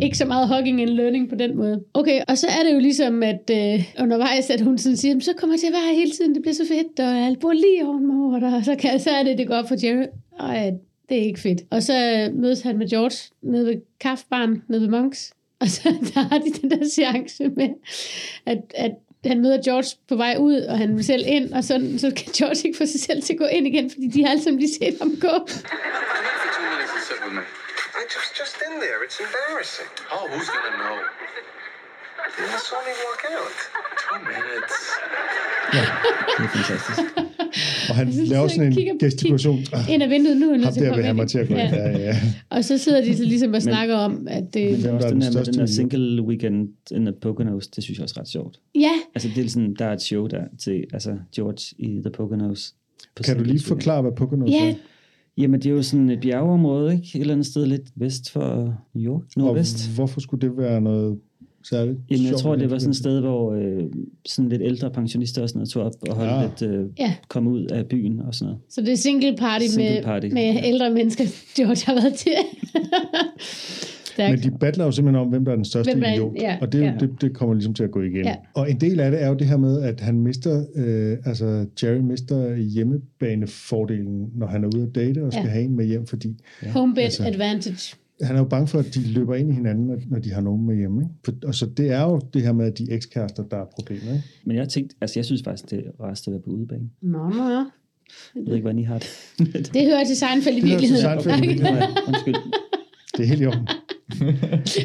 Speaker 1: Ikke så meget hugging and learning på den måde. Okay, og så er det jo ligesom, at øh, undervejs, at hun sådan siger, "Jamen, så kommer jeg til at være her hele tiden, det bliver så fedt, og jeg bor lige ovenpå dig, og så, kan, så er det, det går op for Jerry, og det er ikke fedt. Og så øh, mødes han med George nede ved kaffebaren, nede ved Monks, og så der har de den der seance med, at, at han møder George på vej ud, og han vil selv ind, og sådan, så kan George ikke få sig selv til at gå ind igen, fordi de har alle sammen lige set ham gå.
Speaker 5: Come here for two minutes and sit with me.
Speaker 7: I was just in there. It's embarrassing.
Speaker 5: Oh, who's gonna know?
Speaker 7: You saw me walk out.
Speaker 5: Two minutes.
Speaker 4: Det er fantastisk.
Speaker 2: Og han
Speaker 1: synes,
Speaker 2: laver
Speaker 1: jeg
Speaker 2: sådan
Speaker 1: kigger-
Speaker 2: en gestikulation. Ah,
Speaker 1: ind ad vinduet nu. er jeg nødt
Speaker 2: Ham
Speaker 1: til at
Speaker 2: der vil
Speaker 1: komme
Speaker 2: have mig
Speaker 1: ind.
Speaker 2: til at gå ind. Ja, ja.
Speaker 1: Og så sidder de så ligesom og snakker om, at det...
Speaker 2: Hvem
Speaker 3: Også
Speaker 2: der er
Speaker 3: den,
Speaker 2: den
Speaker 3: der, med
Speaker 2: største
Speaker 3: den der
Speaker 2: idiot?
Speaker 3: single weekend in the Poconos, det synes jeg også er ret sjovt.
Speaker 1: Ja,
Speaker 3: Altså, det er sådan, der er et show der til altså George i The Poconos. på
Speaker 2: Kan du lige
Speaker 3: Singles Weekend.
Speaker 2: forklare, hvad Pocono
Speaker 1: ja,
Speaker 2: er?
Speaker 3: Jamen, det er jo sådan et bjergeområde, ikke? Et eller andet sted lidt vest for New York,
Speaker 2: Og
Speaker 3: nordvest.
Speaker 2: hvorfor skulle det være noget særligt?
Speaker 3: Jamen, jeg
Speaker 2: sjovt
Speaker 3: tror,
Speaker 2: i
Speaker 3: det
Speaker 2: den
Speaker 3: var sådan et
Speaker 2: forbindelse?
Speaker 3: sted, hvor øh, sådan lidt ældre pensionister og sådan noget tog op og holdt
Speaker 2: Ah.
Speaker 3: lidt, øh,
Speaker 1: Ja.
Speaker 3: kom ud af byen og sådan noget.
Speaker 1: så det er single party,
Speaker 3: Single
Speaker 1: med,
Speaker 3: party,
Speaker 1: med
Speaker 3: ja.
Speaker 1: ældre mennesker, George har været til. Stærkt.
Speaker 2: Men de battler jo simpelthen om, hvem der er den største
Speaker 1: Hvem er-
Speaker 2: idiot.
Speaker 1: ja,
Speaker 2: og det, er jo-
Speaker 1: ja.
Speaker 2: det, det kommer ligesom til at gå igen.
Speaker 1: Ja.
Speaker 2: Og en del af det er jo det her med, at han mister, øh, altså Jerry mister hjemmebanefordelen, når han er ude at date og skal
Speaker 1: Ja.
Speaker 2: have en med hjem, fordi
Speaker 1: Homebed
Speaker 2: altså.
Speaker 1: advantage.
Speaker 2: han er jo bange for, at de løber ind i hinanden, når- når de har nogen med hjemme. Ikke? For, og så det er jo det her med, at de er ekskærester, der er problemet. Ikke?
Speaker 3: Men jeg tænkte, altså jeg synes faktisk, det er rarest at være på udebane.
Speaker 1: Nå, nå.
Speaker 3: Jeg ved ikke, hvordan I har det.
Speaker 1: Det hører til Seinfeld i
Speaker 2: Det hører til
Speaker 1: virkeligheden.
Speaker 2: Seinfeld i virkeligheden.
Speaker 3: Nej, undskyld.
Speaker 2: Det er helt i orden.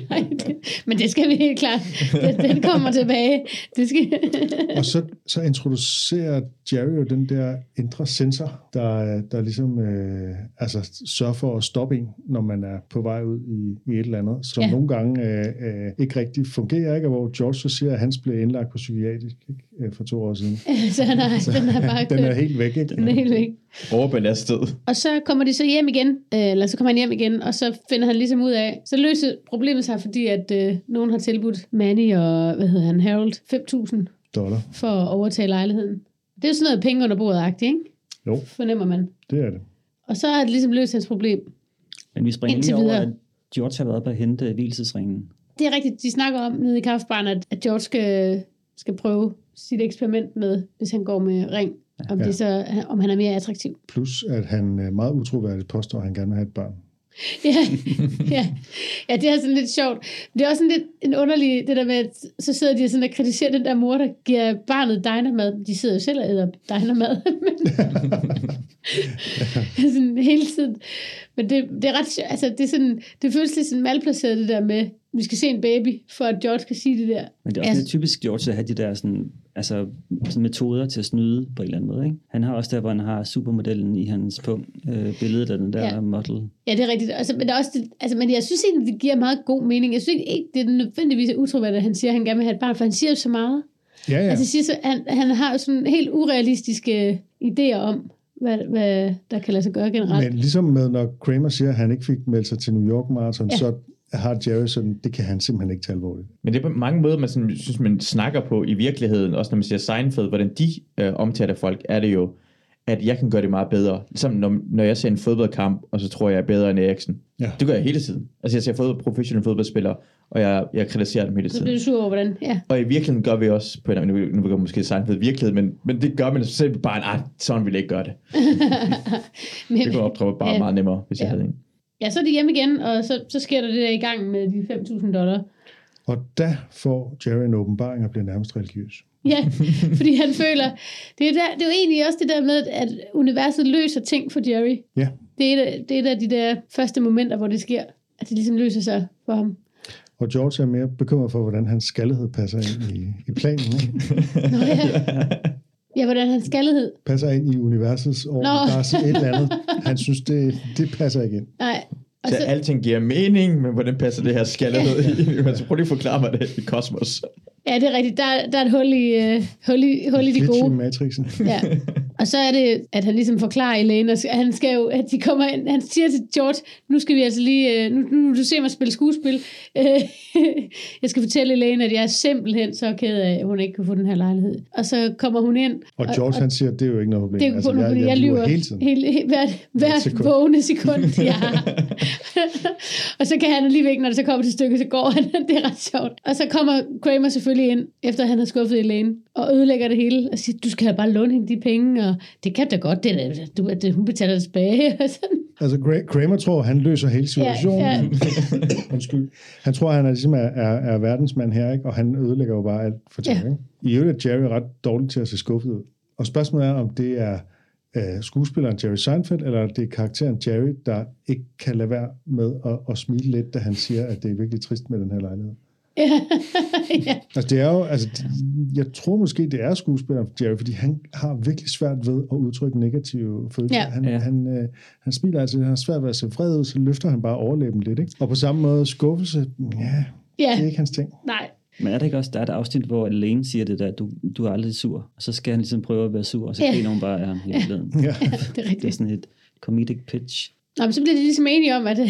Speaker 1: Nej, det- Men det skal vi helt klart. Den, den kommer tilbage. Det skal...
Speaker 2: Og så, så introducerer Jerry jo den der indre sensor, der, der ligesom øh, altså, sørger for at stoppe en, når man er på vej ud i, i et eller andet, som
Speaker 1: Ja.
Speaker 2: ja. nogle gange øh, øh, ikke rigtig fungerer, ikke? og hvor George så siger, at hans blev indlagt på psykiatrisk ikke? Øh, for to år siden.
Speaker 1: så han har, den har bare
Speaker 2: Den er
Speaker 1: kørt.
Speaker 2: helt væk, ikke?
Speaker 1: Den er helt væk.
Speaker 4: Overbelastet.
Speaker 1: Og så kommer de så hjem igen, øh, eller så kommer han hjem igen, og så finder han ligesom ud af, så løser problemet sig, fordi at øh, nogen har tilbudt Manny og, hvad hedder han, Harold, 5.000
Speaker 2: Dollar.
Speaker 1: for at overtage lejligheden. Det er jo sådan noget penge under bordet-agtigt, ikke?
Speaker 2: Jo,
Speaker 1: Fornemmer man. Det
Speaker 2: er det.
Speaker 1: Og så er det ligesom løst hans problem.
Speaker 3: Men vi springer
Speaker 1: Indtil
Speaker 3: lige over,
Speaker 1: videre.
Speaker 3: at George har været på at hente hvilesesringen.
Speaker 1: Det er rigtigt, de snakker om nede i kaffebaren, at, at George skal, skal prøve sit eksperiment med, hvis han går med ring, om, det så, om han er mere attraktiv.
Speaker 2: Plus, at han øh, meget utroværdigt påstår, at han gerne vil have et barn.
Speaker 1: ja, ja. ja, det er sådan lidt sjovt. Det er også sådan lidt en underlig, det der med, at så sidder de og sådan og kritiserer den der mor, der giver barnet dejnermad. De sidder jo selv og æder dejnermad, men sådan hele tiden. Men det, det er ret sjovt. Altså, det, er sådan, det føles lidt sådan malplaceret, det der med, vi skal se en baby, for at George kan sige det der.
Speaker 3: Men det er også
Speaker 1: Altså-
Speaker 3: lidt typisk George at have de der sådan, altså, sådan metoder til at snyde på en eller anden måde. Ikke? Han har også der, hvor han har supermodellen i hans punkt, øh, billedet af den der
Speaker 1: Ja.
Speaker 3: ja. model.
Speaker 1: Ja, det er rigtigt. Altså, men, der er også det, altså, men jeg synes egentlig, det giver meget god mening. Jeg synes ikke, det er nødvendigvis er utroværdigt, at han siger, at han gerne vil have et barn, for han siger jo så meget.
Speaker 2: Ja, ja.
Speaker 1: Altså, jeg siger så, han, han har jo sådan helt urealistiske idéer om, hvad, hvad der kan lade sig gøre generelt.
Speaker 2: Men ligesom med, når Kramer siger, at han ikke fik meldt sig til New York Marathon,
Speaker 1: Ja.
Speaker 2: ja. så har Jerry sådan, det kan han simpelthen ikke tage alvorligt.
Speaker 4: Men det er på mange måder, man sådan, synes, man snakker på i virkeligheden, også når man siger Seinfeld, hvordan de øh, omtaler folk, er det jo, at jeg kan gøre det meget bedre. Ligesom når, når jeg ser en fodboldkamp, og så tror jeg, jeg er bedre end Eriksen.
Speaker 2: Ja.
Speaker 4: Det gør jeg hele tiden. Altså jeg ser fodbold, professionelle fodboldspillere, og jeg, jeg kritiserer dem hele
Speaker 1: så bliver
Speaker 4: tiden.
Speaker 1: du sur over, hvordan... Ja.
Speaker 4: Og i virkeligheden gør vi også, på en eller anden- nu nu går måske Seinfeld virkelighed, men, men det gør man selv bare, nej, sådan ville jeg ikke gøre det. Det kunne opdrage bare
Speaker 1: Ja.
Speaker 4: meget nemmere, hvis jeg
Speaker 1: Ja.
Speaker 4: havde en.
Speaker 1: ja, så er de hjemme igen, og så, så sker der det der i gang med de 5.000 dollar.
Speaker 2: Og der får Jerry en åbenbaring og bliver nærmest religiøs.
Speaker 1: Ja, fordi han føler... Det er, der, det er jo egentlig også det der med, at universet løser ting for Jerry.
Speaker 2: Ja.
Speaker 1: Det er et af, det er et af de der første momenter, hvor det sker, at det ligesom løser sig for ham.
Speaker 2: Og George er mere bekymret for, hvordan hans skaldighed passer ind i, i planen. Ikke?
Speaker 1: Nå, ja. ja, hvordan hans skaldighed.
Speaker 2: Passer ind i universets orden.
Speaker 1: Nå.
Speaker 2: Der er sådan et eller andet. Han synes, det, det passer ikke ind.
Speaker 1: Nej. Og
Speaker 4: Så
Speaker 1: så,
Speaker 4: alting giver mening, men hvordan passer det her skaldet ind? Altså, prøv lige at forklare mig det i kosmos.
Speaker 1: ja, det er rigtigt. Der, er- der er et hul i, øh, hul i, hul i de
Speaker 2: Glitch i
Speaker 1: gode.
Speaker 2: Matrixen.
Speaker 1: Ja. Og så er det, at han ligesom forklarer Elaine, og han skal jo, at de kommer ind, han siger til George, nu skal vi altså lige, øh, nu, nu vil du se mig spille skuespil. Øh, jeg skal fortælle Elaine, at jeg er simpelthen så ked af, at hun ikke kan få den her lejlighed. Og så kommer hun ind.
Speaker 2: Og George, han siger, det er jo ikke noget problem.
Speaker 1: Det er jo altså, jeg, jeg, jeg lyver
Speaker 2: hele tiden.
Speaker 1: Hele, he- hvert hvert
Speaker 2: sekund.
Speaker 1: vågne sekund, ja. og så kan han alligevel ikke, når det så kommer til stykket, så går han. det er ret sjovt. Og så kommer Kramer selvfølgelig ind, efter han har skuffet Elaine, og ødelægger det hele, og siger, du skal da bare låne hende de penge, og det kan du da godt, det, er da- du, det, hun betaler det tilbage, og sådan.
Speaker 2: Altså, Gra- Kramer tror, han løser hele situationen.
Speaker 1: Ja,
Speaker 2: Ja, ja. Undskyld. Han tror, han er, ligesom er, er, er verdensmand her, ikke? og han ødelægger jo bare alt for Jerry.
Speaker 1: Ja.
Speaker 2: Ja. I øvrigt er Jerry ret dårlig til at se skuffet ud. Og spørgsmålet er, om det er øh, skuespilleren Jerry Seinfeld, eller det er karakteren Jerry, der ikke kan lade være med at, at smile lidt, da han siger, at det er virkelig trist med den her lejlighed.
Speaker 1: ja. ja.
Speaker 2: Altså, det er jo, altså, det- jeg tror måske, det er skuespilleren Jerry, fordi han har virkelig svært ved at udtrykke negative følelser.
Speaker 1: Ja.
Speaker 2: Han,
Speaker 3: Ja.
Speaker 2: han, øh, han smiler altså, han har svært ved at se vred ud, så løfter han bare overlæben lidt. Ikke? Og på samme måde skuffelse, ja, det er
Speaker 1: ja.
Speaker 2: ikke hans ting.
Speaker 1: nej.
Speaker 3: Men er der ikke også der er et afsnit, hvor Lane siger det der, du, du er aldrig sur, og så skal han ligesom prøve at være sur, og så
Speaker 1: Ja.
Speaker 3: griner hun bare af ham hele tiden.
Speaker 2: Ja.
Speaker 1: Det er
Speaker 3: Det er
Speaker 1: rigtigt.
Speaker 3: sådan et comedic pitch.
Speaker 1: Nå, men så bliver de ligesom enige om, at øh,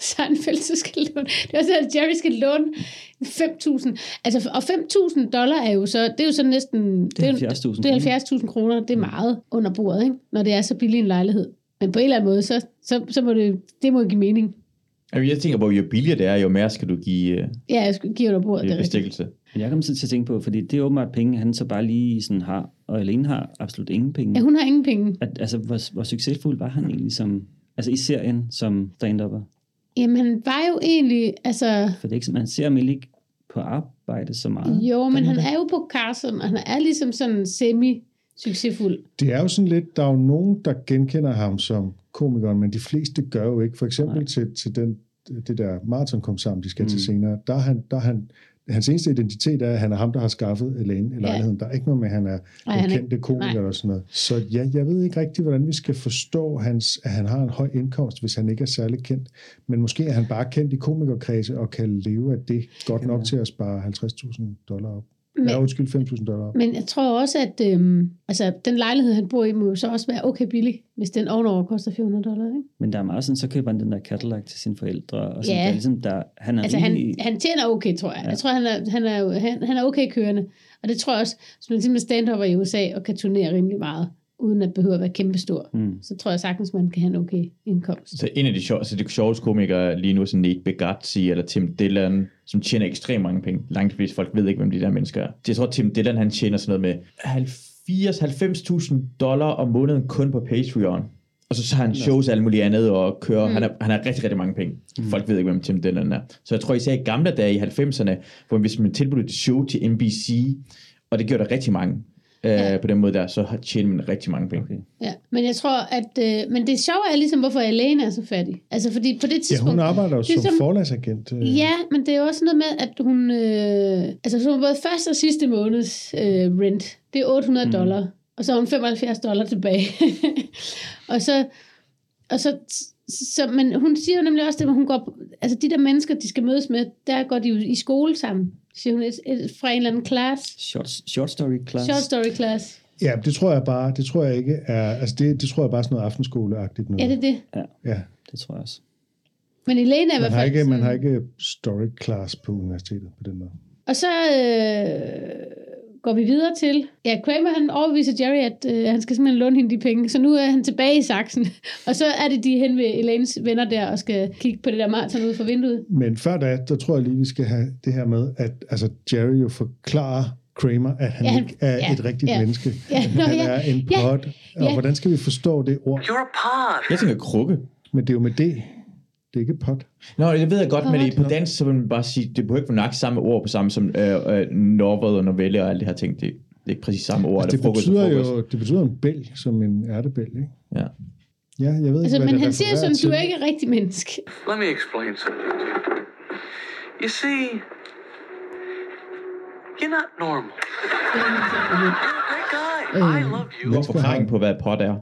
Speaker 1: Seinfeld så skal låne. Det er også, at Jerry skal låne 5.000. Altså, og 5.000 dollar er jo så, det er jo så næsten... Det
Speaker 3: er
Speaker 1: jo-
Speaker 3: 70.000
Speaker 1: Det er 70.000 kroner. Det er meget under bordet, ikke? når det er så billig en lejlighed. Men på en eller anden måde, så, så, så må det, det må give mening.
Speaker 4: Jamen, jeg tænker på, jo billigere det er, jo mere skal du give øh,
Speaker 1: Ja, jeg skulle give under bordet. Det er rigtigt.
Speaker 4: bestikkelse.
Speaker 3: Men jeg kom så til at tænke på, fordi det er åbenbart penge, han så bare lige sådan har, og Alene har absolut ingen penge.
Speaker 1: Ja, hun har ingen penge.
Speaker 3: At, altså, hvor, hvor succesfuld var han egentlig som, altså i serien som stand-upper?
Speaker 1: Jamen, han var jo egentlig, altså...
Speaker 3: For det er ikke sådan, man ser ham ikke på arbejde så meget.
Speaker 1: Jo, men han er jo på Carson, og han er ligesom sådan semi-succesfuld.
Speaker 2: Det er jo sådan lidt, der er jo nogen, der genkender ham som komikeren, men de fleste gør jo ikke. For eksempel til, til den, det der maraton kom sammen, de skal mm. til
Speaker 3: Mm.
Speaker 2: senere, der er han, der er han, hans eneste identitet er, at han er ham, der har skaffet Elaine i lejligheden. Der er ikke noget med, at han er
Speaker 1: Nej,
Speaker 2: Nej,
Speaker 1: han er
Speaker 2: han kendte komiker
Speaker 1: nej.
Speaker 2: og sådan noget. Så ja, jeg ved ikke rigtig, hvordan vi skal forstå, hans, at han har en høj indkomst, hvis han ikke er særlig kendt. Men måske er han bare kendt i komikerkredse og kan leve af det godt nok til at spare 50.000 dollar op. Men, ja,
Speaker 1: Men,
Speaker 2: undskyld, 5.000 dollar op.
Speaker 1: men jeg tror også, at øhm, altså, den lejlighed, han bor i, må jo så også være okay billig, hvis den ovenover koster 400 dollar. Ikke?
Speaker 3: Men der er meget sådan, så køber han den der Cadillac til sine forældre, og
Speaker 1: Ja.
Speaker 3: sådan, yeah. der, er ligesom, der, han er
Speaker 1: Altså, han,
Speaker 3: rigtig,
Speaker 1: han tjener okay, tror jeg. Ja.
Speaker 3: Ja.
Speaker 1: Jeg tror, han er, han, er, jo- han, han er okay kørende. Og det tror jeg også, hvis man simpelthen stand i USA og kan turnere rimelig meget, uden at behøve at være kæmpestor,
Speaker 3: Mm.
Speaker 1: så tror jeg sagtens, man kan have en okay indkomst.
Speaker 4: Så en af de, sjov, så de sjoveste komikere lige nu er sådan Nate Bargatze eller Tim Dillon, som tjener ekstremt mange penge. Langt de fleste folk ved ikke, hvem de der mennesker er. Jeg tror, Tim Dillon han tjener sådan noget med 80-90.000 dollar om måneden kun på Patreon. Og så, så har han shows og alt muligt andet og kører. Mm. Han, har, han har rigtig, rigtig mange penge. Mm. Folk ved ikke, hvem Tim Dillon er. Så jeg tror især i gamle dage i 90'erne, hvor hvis man tilbudte et show til NBC, og det gjorde der rigtig mange øh,
Speaker 1: Ja.
Speaker 4: på den måde der, så har- tjener man rigtig mange penge.
Speaker 3: okay.
Speaker 1: Ja. Men jeg tror, at... Øh, men det sjove er ligesom, hvorfor Elena er så fattig. Altså, fordi på det
Speaker 2: Ja,
Speaker 1: tidspunkt...
Speaker 2: hun arbejder jo
Speaker 1: Det er
Speaker 2: som,
Speaker 1: som-
Speaker 2: forlagsagent. øh.
Speaker 1: Ja, men det er jo også noget med, at hun... Øh, altså, så hun både første og sidste måneds øh, rent. Det er
Speaker 2: Mm.
Speaker 1: 800 dollar. Og så har hun 75 dollar tilbage. og så... Og så, så, men hun siger jo nemlig også det, at hun går... på- Altså, de der mennesker, de skal mødes med, der går de jo i skole sammen. Siger hun, et, et, fra en eller anden class.
Speaker 3: Short, short story class.
Speaker 1: Short story class.
Speaker 2: ja, det tror jeg bare, det tror jeg ikke er, altså det, det tror jeg bare er sådan noget aftenskoleagtigt noget.
Speaker 1: Er det det?
Speaker 2: Ja,
Speaker 3: Det tror jeg også.
Speaker 1: Men Elena er i
Speaker 2: man
Speaker 1: hvert
Speaker 2: har,
Speaker 1: fald...
Speaker 2: ikke, man
Speaker 1: sådan-
Speaker 2: har ikke story class på universitetet på den måde.
Speaker 1: Og så øh, går vi videre til... Ja, Kramer han overbeviser Jerry, at øh, han skal simpelthen låne hende de penge. Så nu er han tilbage i saksen. og så er det de hen ved Elaines venner der, og skal kigge på det der maraton ude for vinduet.
Speaker 2: Men før da, der tror jeg lige, vi skal have det her med, at altså, Jerry jo forklarer Kramer, at han
Speaker 1: Ja,
Speaker 2: ja,
Speaker 1: han-
Speaker 2: ikke er
Speaker 1: ja,
Speaker 2: ja, et rigtigt
Speaker 1: ja.
Speaker 2: ja. menneske.
Speaker 1: Ja, nå,
Speaker 2: han
Speaker 1: ja,
Speaker 2: er en
Speaker 1: ja,
Speaker 2: pot. Ja, og
Speaker 1: ja.
Speaker 2: hvordan skal vi forstå det ord?
Speaker 7: You're a pod.
Speaker 4: Jeg tænker krukke.
Speaker 2: Men det er jo med det. Det er ikke pot.
Speaker 4: Nå, det ved jeg godt, men i-
Speaker 1: Godt.
Speaker 4: på dansk, så vil man bare sige, det behøver ikke være nok samme ord på samme som øh, øh, norved og novelle og alt det her ting. Det, det er ikke præcis samme ord.
Speaker 2: Altså,
Speaker 4: eller
Speaker 2: det,
Speaker 4: frokost og
Speaker 2: betyder
Speaker 4: frokost.
Speaker 2: jo det betyder en bælg, som en ærtebælg, ikke?
Speaker 4: Ja.
Speaker 2: Ja, jeg ved
Speaker 1: Altså,
Speaker 2: ikke, hvad
Speaker 1: men
Speaker 2: det
Speaker 1: han siger jo sådan,
Speaker 2: refererer til.
Speaker 1: du er ikke et rigtigt menneske.
Speaker 5: Let me explain something to you. You see, you're not normal. You're a great guy. I love you.
Speaker 4: Du har forklaring på, hvad pot er.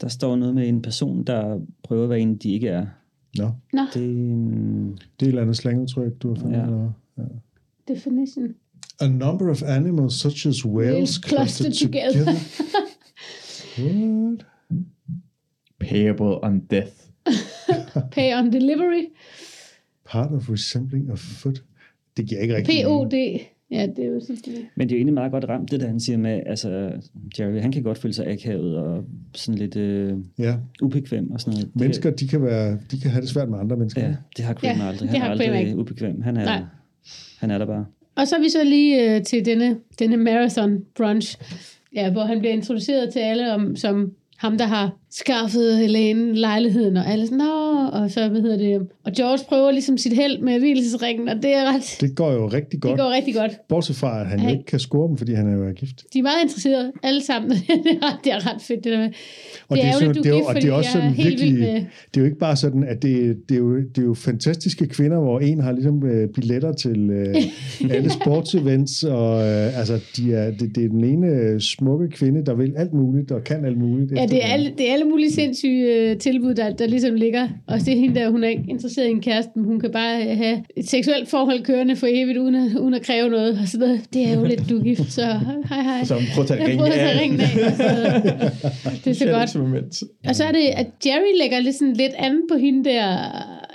Speaker 3: Der står noget med en person, der prøver at være en, de ikke er.
Speaker 2: Nå,
Speaker 1: Nå,
Speaker 3: Det, mm,
Speaker 2: det er et eller andet slangudtryk, du har fundet.
Speaker 3: Ja.
Speaker 2: Ja. Eller?
Speaker 1: definition.
Speaker 2: A number of animals, such as whales, clustered together. What?
Speaker 4: Payable on death.
Speaker 1: Pay on delivery.
Speaker 2: Part of resembling a foot. Det giver ikke rigtig mening.
Speaker 1: POD. Ja, det er jo sådan det.
Speaker 3: Men det er jo egentlig meget godt ramt, det der han siger med, altså Jerry, han kan godt føle sig akavet og sådan lidt øh,
Speaker 2: Ja,
Speaker 3: ubekvem og sådan noget. Det-
Speaker 2: mennesker, de kan, være, de kan have det svært med andre mennesker.
Speaker 3: Ja, det har Kramer
Speaker 1: Ja,
Speaker 3: aldrig.
Speaker 1: det
Speaker 3: Han er
Speaker 1: har Kramer
Speaker 3: aldrig
Speaker 1: ikke.
Speaker 3: ubekvem. Han er,
Speaker 1: Nej.
Speaker 3: han er der bare.
Speaker 1: Og så er vi så lige øh, til denne, denne marathon brunch, ja, hvor han bliver introduceret til alle om, som ham, der har skaffet Helene lejligheden, og alle sådan, Nå, og så, hvad hedder det, og George prøver ligesom sit held med hvilesesringen, og det er ret,
Speaker 2: Det går jo rigtig
Speaker 1: det
Speaker 2: godt.
Speaker 1: går rigtig godt.
Speaker 2: Bortset fra, at han jo
Speaker 1: Hey.
Speaker 2: ikke kan score dem, fordi han er jo er gift.
Speaker 1: De er meget interesserede, alle sammen, det er ret, det er ret fedt, det der med.
Speaker 2: Og det er,
Speaker 1: ærgerligt,
Speaker 2: sådan,
Speaker 1: du
Speaker 2: det er, jo-
Speaker 1: gift,
Speaker 2: og det
Speaker 1: fordi
Speaker 2: er også
Speaker 1: jeg
Speaker 2: sådan
Speaker 1: er helt vild
Speaker 2: virkelig,
Speaker 1: med-
Speaker 2: det er jo ikke bare sådan, at det, det, er, jo, det er jo fantastiske kvinder, hvor en har ligesom øh, billetter til øh, alle sportsevents, og øh, altså, de er, det, det er den ene øh, smukke kvinde, der vil alt muligt, og kan alt muligt.
Speaker 1: Ja, det er alle, det er alle mulige sindssyge øh, tilbud, der, der ligesom ligger. Og det er hende der, hun er ikke interesseret i en kæreste, men hun kan bare øh, have et seksuelt forhold kørende for evigt, uden at, uden at kræve noget. Og sådan noget. Det er jo lidt, du er gift, så hej hej.
Speaker 4: Så prøv at tage
Speaker 1: Jeg prøver at tage ringen af. og sådan noget. Det er så godt. Og så er det, at Jerry lægger lidt, sådan lidt an på hende der,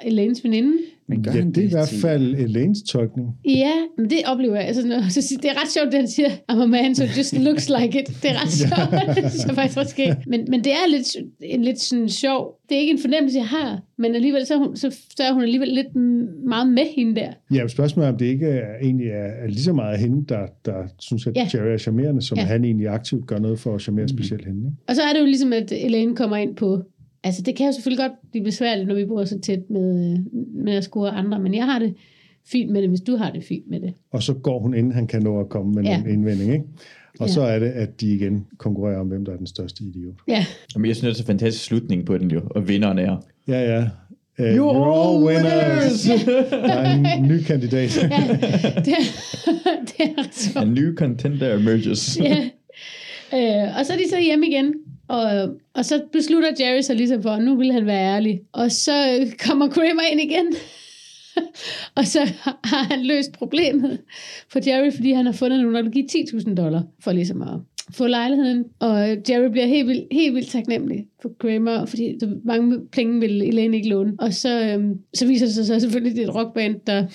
Speaker 1: Elaines veninde.
Speaker 3: Men gør
Speaker 2: Ja,
Speaker 3: han
Speaker 2: det er i hvert
Speaker 3: til-
Speaker 2: fald Elaines tolkning.
Speaker 1: Ja, men det oplever jeg. Altså, når- så sig- det er ret sjovt, at han siger, I'm a man, so it just looks like it. Det er ret sjovt. det synes jeg faktisk var skægt. Men, men det er lidt, en lidt sådan sjov... Det er ikke en fornemmelse, jeg har, men alligevel så, er hun, så, så er hun alligevel lidt m- meget med hende der.
Speaker 2: Ja, men spørgsmålet er, om det ikke er, egentlig er, er lige så meget hende, der, der synes, at
Speaker 1: Ja.
Speaker 2: ja. Jerry er charmerende, som
Speaker 1: Ja.
Speaker 2: ja. Mm-hmm. han egentlig aktivt gør noget for at charmere specielt hende. Ikke?
Speaker 1: Og så er det jo ligesom, at Elaine kommer ind på... Altså, det kan jo selvfølgelig godt blive besværligt, når vi bor så tæt med, øh, med at score andre, men jeg har det fint med det, hvis du har det fint med det.
Speaker 2: Og så går hun, inden han kan nå at komme med
Speaker 1: Ja.
Speaker 2: ja. en indvending. Ikke? Og
Speaker 1: Ja.
Speaker 2: ja. så er det, at de igen konkurrerer om, hvem der er den største idiot.
Speaker 1: Ja,
Speaker 4: Jamen, jeg synes, det er så fantastisk slutning på den jo, og vinderen er...
Speaker 2: Ja, ja. Uh, you're, all winners! der er en ny kandidat.
Speaker 1: ja. det, er, det er ret sjovt.
Speaker 4: A new contender emerges.
Speaker 1: ja. Øh, og så er de så hjemme igen, og, og så beslutter Jerry sig ligesom for, at nu vil han være ærlig. Og så øh, kommer Kramer ind igen, og så har han løst problemet for Jerry, fordi han har fundet nogen, der vil give 10.000 dollar for ligesom at få lejligheden. Og Jerry bliver helt vildt, helt vildt taknemmelig for Kramer, fordi så mange penge vil Elaine ikke låne. Og så, øhm, så viser det sig så selvfølgelig, at det er et rockband, der,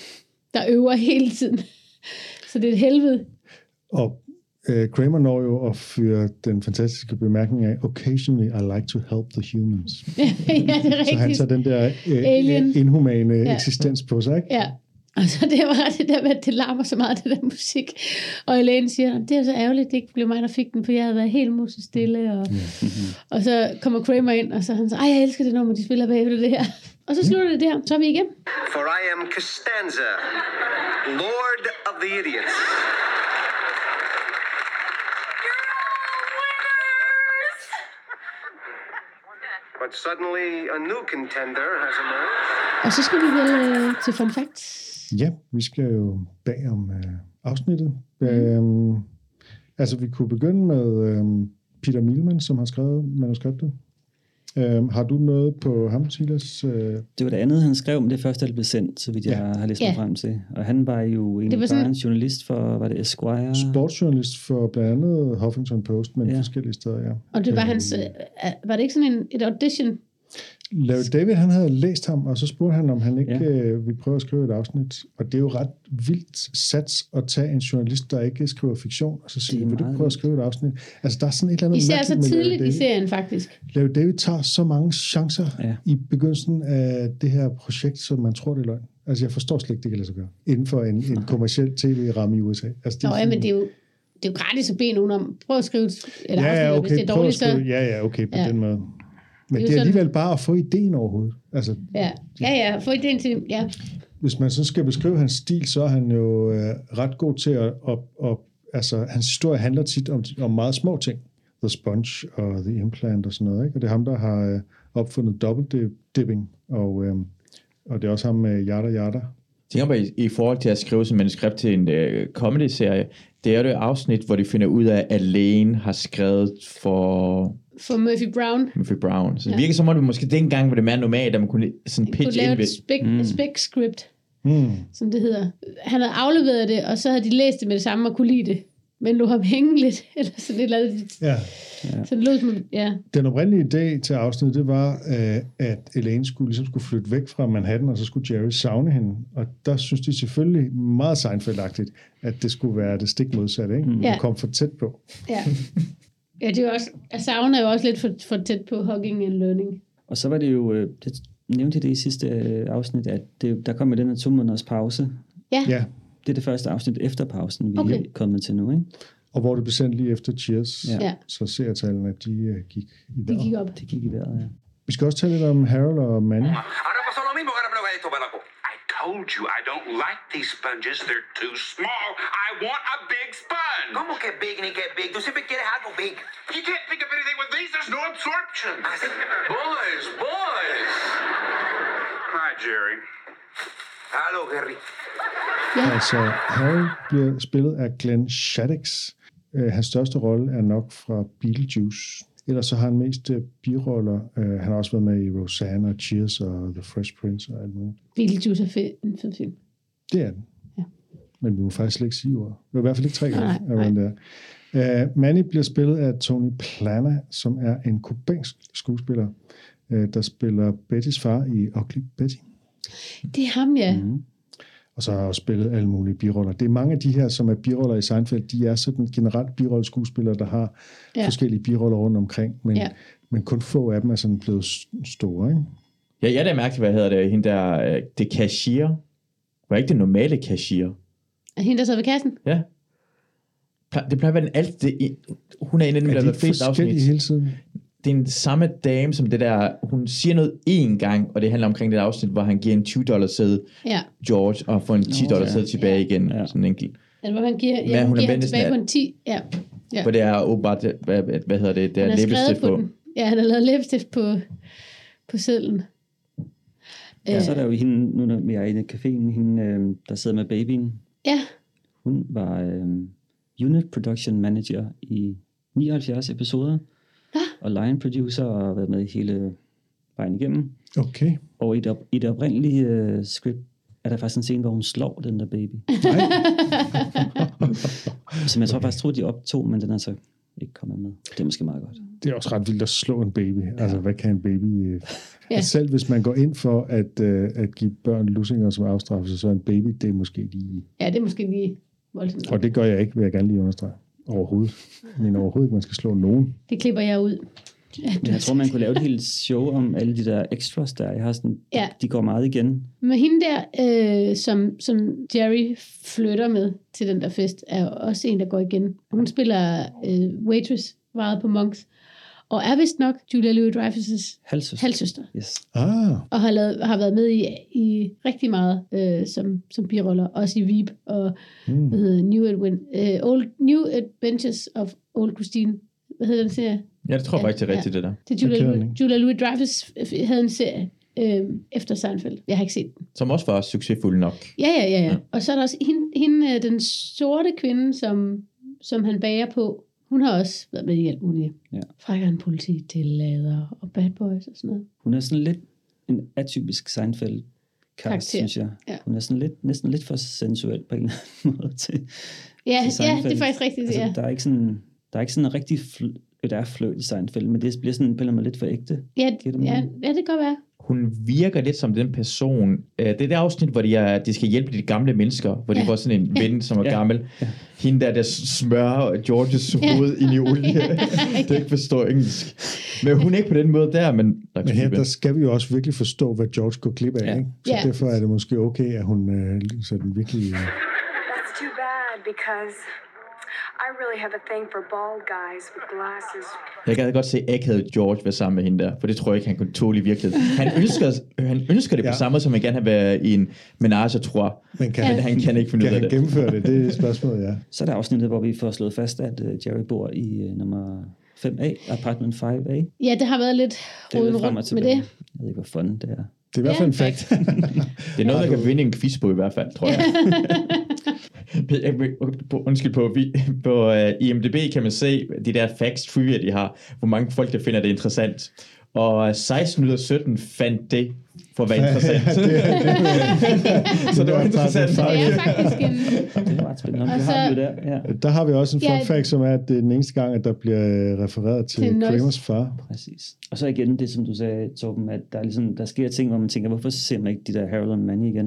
Speaker 1: der øver hele tiden. Så det er et helvede.
Speaker 2: Og uh, Kramer når jo at fyre den fantastiske bemærkning af, occasionally I like to help the humans.
Speaker 1: ja, det er
Speaker 2: Så han
Speaker 1: rigtigt.
Speaker 2: tager den der
Speaker 1: Alien.
Speaker 2: uh, inhumane ja. eksistens på sig. Ikke?
Speaker 1: Ja. Og så det var det der med, at det larmer så meget, det der musik. Og Elaine siger, det er så ærgerligt, det ikke blev mig, der fik den, for jeg havde været helt musestille.
Speaker 2: Mm.
Speaker 1: Og, og så kommer Kramer ind, og så han siger, ej, jeg elsker det nummer, de spiller bagefter det her. Og
Speaker 2: Mm.
Speaker 1: så slutter det der, så er vi igen.
Speaker 7: For I am Costanza, Lord of the Idiots. But suddenly, a new contender has emerged.
Speaker 1: Og så skal vi vel øh, til fun facts.
Speaker 2: Ja, vi skal jo bag om øh, afsnittet.
Speaker 1: Mhm.
Speaker 2: Mm. Øhm, altså, vi kunne begynde med øhm, Peter Milman, som har skrevet manuskriptet. Øhm, har du noget på ham, Silas? Øh,
Speaker 3: Det var det andet, han skrev, men det første, der blev sendt, så vidt jeg
Speaker 2: Ja.
Speaker 3: har læst
Speaker 1: Ja.
Speaker 3: mig frem til. Og han var jo
Speaker 1: Det var
Speaker 3: egentlig
Speaker 1: sådan-
Speaker 3: bare en journalist for, var det Esquire?
Speaker 2: sportsjournalist for blandt andet Huffington Post, men
Speaker 3: Ja.
Speaker 2: ja. forskellige steder, ja.
Speaker 1: Og det var hans, øh, øh, var det ikke sådan en, et audition?
Speaker 2: Larry David, han havde læst ham, og så spurgte han, om han ikke
Speaker 3: Ja.
Speaker 2: ja. øh, ville prøve at skrive et afsnit. Og det er jo ret vildt sats at tage en journalist, der ikke skriver fiktion, og så
Speaker 3: Det
Speaker 2: sige,
Speaker 3: er
Speaker 2: vil du
Speaker 3: meget
Speaker 2: ikke prøve at skrive et afsnit? Altså, der er sådan et eller andet
Speaker 1: Især så
Speaker 2: mærkeligt med Larry
Speaker 1: tidligt i
Speaker 2: David.
Speaker 1: serien, faktisk.
Speaker 2: Larry David tager så mange chancer
Speaker 3: Ja.
Speaker 2: ja. i begyndelsen af det her projekt, som man tror, det er løgn. Altså, jeg forstår slet ikke, det kan lade sig gøre. Inden for en, en kommersiel tv-ramme i USA. Altså,
Speaker 1: Nå ja,
Speaker 2: sådan-
Speaker 1: men det er jo, det er jo gratis at bede nogen om, prøv at skrive et et afsnit,
Speaker 2: ja, ja,
Speaker 1: og
Speaker 2: okay,
Speaker 1: hvis det er
Speaker 2: prøv at
Speaker 1: dårligt, så...
Speaker 2: skrive- Ja, ja, okay, på
Speaker 1: Ja.
Speaker 2: ja. den måde. Men
Speaker 1: jo
Speaker 2: det er
Speaker 1: sådan-
Speaker 2: alligevel bare at få ideen overhovedet. Altså,
Speaker 1: Ja, ja, ja, få idéen til, ja.
Speaker 2: hvis man så skal beskrive hans stil, så er han jo øh, ret god til at... at, at altså, hans historie handler tit om, om meget små ting. The Sponge og The Implant og sådan noget. Ikke? Og det er ham, der har øh, opfundet dobbelt-dipping. Og, øh, og det er også ham med Yada Yada.
Speaker 4: tænker bare i, i forhold til at skrive som manuskript til en øh, comedy-serie, det er det afsnit, hvor de finder ud af, at Lane har skrevet for
Speaker 1: For Murphy Brown
Speaker 4: Murphy Brown. Så det virker som om, det måske dengang var det mere normalt, at man kunne sådan
Speaker 1: kunne
Speaker 4: pitche
Speaker 1: lave
Speaker 4: ind ved.
Speaker 1: et spec, mm. spec script,
Speaker 2: Mm.
Speaker 1: som det hedder. Han havde afleveret det, og så havde de læst det med det samme og kunne lide det. men lå ham hænge lidt, eller sådan et eller andet.
Speaker 2: Ja.
Speaker 1: Så det lød som, ja,
Speaker 2: Den oprindelige idé til afsnittet, det var, øh, at Elaine skulle, ligesom skulle flytte væk fra Manhattan, og så skulle Jerry savne hende. Og der synes de selvfølgelig meget seinfeld at det skulle være det stik modsatte. Ikke? Mm.
Speaker 1: Ja.
Speaker 2: kom for tæt på.
Speaker 1: ja. Ja, det er jo også, at savne er jo også lidt for, for tæt på hugging and learning.
Speaker 3: Og så var det jo, øh, det nævnte jeg det i sidste øh, afsnit, at det, der kom jo den her to måneders pause.
Speaker 1: Ja, ja.
Speaker 2: Ja,
Speaker 3: Det er det første afsnit efter pausen, vi okay.
Speaker 1: Okay.
Speaker 3: er kommet til nu, ikke?
Speaker 2: og hvor det blev sendt lige efter Cheers,
Speaker 3: Ja.
Speaker 1: Ja.
Speaker 2: så seertallene, de øh, gik i
Speaker 1: det gik
Speaker 2: vejret.
Speaker 1: op.
Speaker 3: Det gik i vejret, ja.
Speaker 2: Vi skal også tale lidt om Harold og Manny.
Speaker 5: Ahora pasó lo mismo, ahora me lo voy a tomar a poco.
Speaker 7: I told you I don't like these sponges. They're too small. I want a big sponge.
Speaker 5: ¿Cómo que big ni que big? Tú siempre quieres algo big. Ah,
Speaker 7: You can't think of anything with these. There's no absorption.
Speaker 5: Así. Boys, boys.
Speaker 7: Hi, Jerry.
Speaker 5: Hallo, Harry.
Speaker 2: Altså, Harold bliver spillet af Glenn Shaddix. Øh, hans største rolle er nok fra Beetlejuice. Ellers så har han mest øh, biroller. Øh, han har også været med i Roseanne og Cheers og The Fresh Prince og alt muligt.
Speaker 1: Beetlejuice er fed, en fed film.
Speaker 2: Det er den.
Speaker 1: Ja.
Speaker 2: Men vi må faktisk slet ikke sige ord. Det var i hvert fald ikke tre gange.
Speaker 1: Nej,
Speaker 2: at man Der. Øh, Manny bliver spillet af Tony Plana, som er en kubansk skuespiller, øh, der spiller Bettys far i Ugly Betty.
Speaker 1: Det er ham, ja. Mm.
Speaker 2: Og så har jeg også spillet alle mulige biroller. Det er mange af de her, som er biroller i Seinfeld, de er sådan generelt birolleskuespillere, der har ja.
Speaker 1: Ja.
Speaker 2: forskellige biroller rundt omkring, men, ja.
Speaker 1: Ja.
Speaker 2: men kun få af dem er sådan blevet s- store. Ikke?
Speaker 4: Ja, jeg lagde mærke til, hvad hedder det, hende der, øh, det cashier. Var ikke det normale cashier?
Speaker 1: Og hende, der sad ved kassen.
Speaker 4: Ja. Ple- Det plejer at være den alt, det, i- hun er en af dem,
Speaker 2: Er
Speaker 4: der
Speaker 2: de
Speaker 4: har
Speaker 2: ikke
Speaker 4: flest
Speaker 2: forskellige
Speaker 4: afsnit.
Speaker 2: hele tiden?
Speaker 4: Det er den samme dame, som det der, hun siger noget én gang, og det handler omkring det der afsnit, hvor han giver en 20 dollars sæde
Speaker 1: Ja.
Speaker 4: George, og får en 10 dollars sæde tilbage igen.
Speaker 3: Ja.
Speaker 4: Sådan en enkelt.
Speaker 1: Eller hvor han giver,
Speaker 4: Ja,
Speaker 1: ja, hun
Speaker 4: hun er
Speaker 1: giver ham
Speaker 4: venlig
Speaker 1: tilbage på
Speaker 4: sådan,
Speaker 1: en 10. Ja. ja.
Speaker 4: For det er åbenbart, det- hvad, hvad hedder det, det
Speaker 1: Han
Speaker 4: er
Speaker 1: har skrevet
Speaker 4: læbestift
Speaker 1: på
Speaker 4: på.
Speaker 1: den. Ja, han har lavet læbestift på, på sedlen. Øh.
Speaker 3: Og så er der jo hende, nu når vi er i caféen, hende, øh, der sidder med babyen.
Speaker 1: Ja,
Speaker 3: Hun var øh, unit production manager i 79 episoder. Og line producer og har været med hele vejen igennem.
Speaker 2: Okay.
Speaker 3: Og i det, op, i det oprindelige øh, script er der faktisk en scene, hvor hun slår den der baby. Som jeg tror faktisk troede, de optog, men den er så ikke kommet med. Det er måske meget godt.
Speaker 2: Det er også ret vildt at slå en baby. Ja. Altså, hvad kan en baby... øh,
Speaker 1: Ja.
Speaker 2: Selv hvis man går ind for at, øh, at give børn lussinger som afstraffelse, så er en baby, det er måske lige...
Speaker 1: ja det er måske lige voldsomt.
Speaker 2: Og det gør jeg ikke, vil jeg gerne lige understrege. Overhovedet. Men overhovedet ikke, man skal slå nogen.
Speaker 1: Det klipper jeg ud.
Speaker 3: Men jeg tror, man kunne lave et helt show om alle de der extras der. Jeg har sådan, ja.
Speaker 1: Ja.
Speaker 3: de, de går meget igen.
Speaker 1: Men hende der, øh, som, som Jerry flytter med til den der fest, er jo også en, der går igen. Hun spiller øh, waitress meget på Monks, og er vist nok Julia Louis-Dreyfus'
Speaker 3: Halvsøster.
Speaker 1: halvsøster,
Speaker 3: Yes.
Speaker 2: Ah,
Speaker 1: og har, lavet, har været med i, i rigtig meget øh, som, som biroller, også i Veep og
Speaker 2: Mm.
Speaker 1: mm. hvad hedder, New, Advent, øh, Old, New Adventures of Old Christine. Hvad hedder den serie?
Speaker 4: Ja, det tror jeg
Speaker 1: Ja,
Speaker 4: faktisk, det er rigtigt, det der.
Speaker 1: Det
Speaker 2: Jeg
Speaker 1: Julia,
Speaker 2: kender den
Speaker 1: Louis-
Speaker 2: ikke.
Speaker 1: Julia Louis-Dreyfus øh, havde en serie øh, efter Seinfeld. Jeg har ikke set den.
Speaker 4: Som også var succesfuld nok.
Speaker 1: Ja, ja, ja, ja. Og så er der også hende, hende øh, den sorte kvinde, som, som han bager på. Hun har også været med i alt muligt.
Speaker 3: Ja.
Speaker 1: Fra en politi til lader og bad boys og sådan noget.
Speaker 3: Hun er sådan lidt en atypisk Seinfeld cast,
Speaker 1: Karakter.
Speaker 3: synes jeg.
Speaker 1: Ja.
Speaker 3: Hun er sådan lidt, næsten lidt for sensuel på en eller anden måde til,
Speaker 1: Ja,
Speaker 3: til
Speaker 1: ja
Speaker 3: Seinfeld.
Speaker 1: det er faktisk rigtigt. Altså, ja.
Speaker 3: der er ikke sådan, der er ikke sådan en rigtig fl- jo, der er fløjt i Seinfeld, men det bliver sådan på en eller anden måde lidt for ægte.
Speaker 1: Ja,
Speaker 3: giver det
Speaker 1: ja,
Speaker 3: mening?
Speaker 1: ja, det kan godt være.
Speaker 4: hun virker lidt som den person. Øh, Det er det afsnit, hvor de, er, de skal hjælpe de gamle mennesker, hvor de
Speaker 1: Ja.
Speaker 4: får sådan en ven, som er
Speaker 3: Ja.
Speaker 4: gammel. Hende der, der smører Georges hoved ind i olie. det ikke forstår engelsk. Men hun er ikke på den måde der, men...
Speaker 2: Men her, der skal vi jo også virkelig forstå, hvad George går glip af,
Speaker 3: Ja.
Speaker 2: ja. ikke? Så
Speaker 1: Ja.
Speaker 2: derfor er det måske okay, at hun øh, sådan virkelig... Øh,
Speaker 6: That's too bad because I really have a thing for bald guys with glasses.
Speaker 4: Jeg gad godt se akavet George være sammen med hende der, for det tror jeg ikke, han kunne tåle i virkeligheden. Han ønsker, han ønsker det på
Speaker 2: Ja.
Speaker 4: samme måde, som han gerne har været i en menage, tror jeg.
Speaker 2: men kan,
Speaker 1: Ja.
Speaker 2: ja.
Speaker 4: Men han kan ikke finde
Speaker 2: kan
Speaker 4: ud af
Speaker 2: han
Speaker 4: det.
Speaker 2: gennemføre det? Det er spørgsmålet, ja.
Speaker 3: Så er der afsnittet, hvor vi får slået fast, at øh, Jerry bor i øh, nummer 5A, apartment 5A.
Speaker 1: Ja, det har været lidt
Speaker 3: Det er
Speaker 1: roden
Speaker 3: lidt frem og
Speaker 1: rundt med
Speaker 3: tilbage.
Speaker 1: det.
Speaker 3: Jeg ved ikke, hvor fun det er.
Speaker 2: Det er i hvert
Speaker 1: Ja,
Speaker 2: fald en
Speaker 1: en
Speaker 2: fakt.
Speaker 4: Det er noget, man kan vinde en quiz på i hvert fald, tror jeg. På- Undskyld på, vi- på uh, IMDB kan man se de der facts trivia, de har, hvor mange folk, der finder det interessant. Og 16 ud af 17 fandt det for at være interessant. så det var interessant.
Speaker 1: Det er faktisk en...
Speaker 3: Det er ret spændende. Nå,
Speaker 1: Og
Speaker 3: Det har
Speaker 1: så-
Speaker 3: vi jo der. Ja,
Speaker 2: Der har vi også en fun
Speaker 1: Ja.
Speaker 2: fact, som er, at det er den eneste gang, at der bliver øh, refereret til,
Speaker 1: Til
Speaker 2: til
Speaker 1: Noyes.
Speaker 2: Kramers far.
Speaker 3: præcis. Og så igen det, som du sagde, Torben, at der, er ligesom, der sker ting, hvor man tænker, hvorfor ser man ikke de der Harold og Manny igen?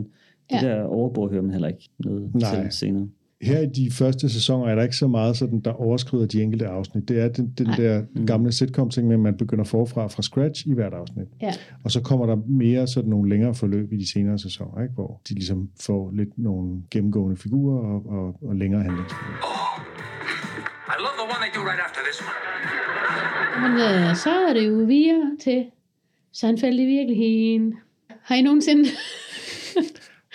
Speaker 3: De
Speaker 1: Ja.
Speaker 3: der overbord hører man heller ikke noget
Speaker 2: Nej.
Speaker 3: til senere.
Speaker 2: Her i de første sæsoner er der ikke så meget, sådan, der overskrider de enkelte afsnit. Det er den, den
Speaker 1: Nej.
Speaker 2: der gamle sitcom-ting med, at man begynder forfra fra scratch i hvert afsnit.
Speaker 1: Ja.
Speaker 2: Og så kommer der mere sådan nogle længere forløb i de senere sæsoner, ikke? hvor de ligesom får lidt nogle gennemgående figurer og, og, og længere handlingsforløb.
Speaker 7: I love the one they do right after this one.
Speaker 1: Men øh, så er det jo videre til Sandfald i virkeligheden. Har I nogensinde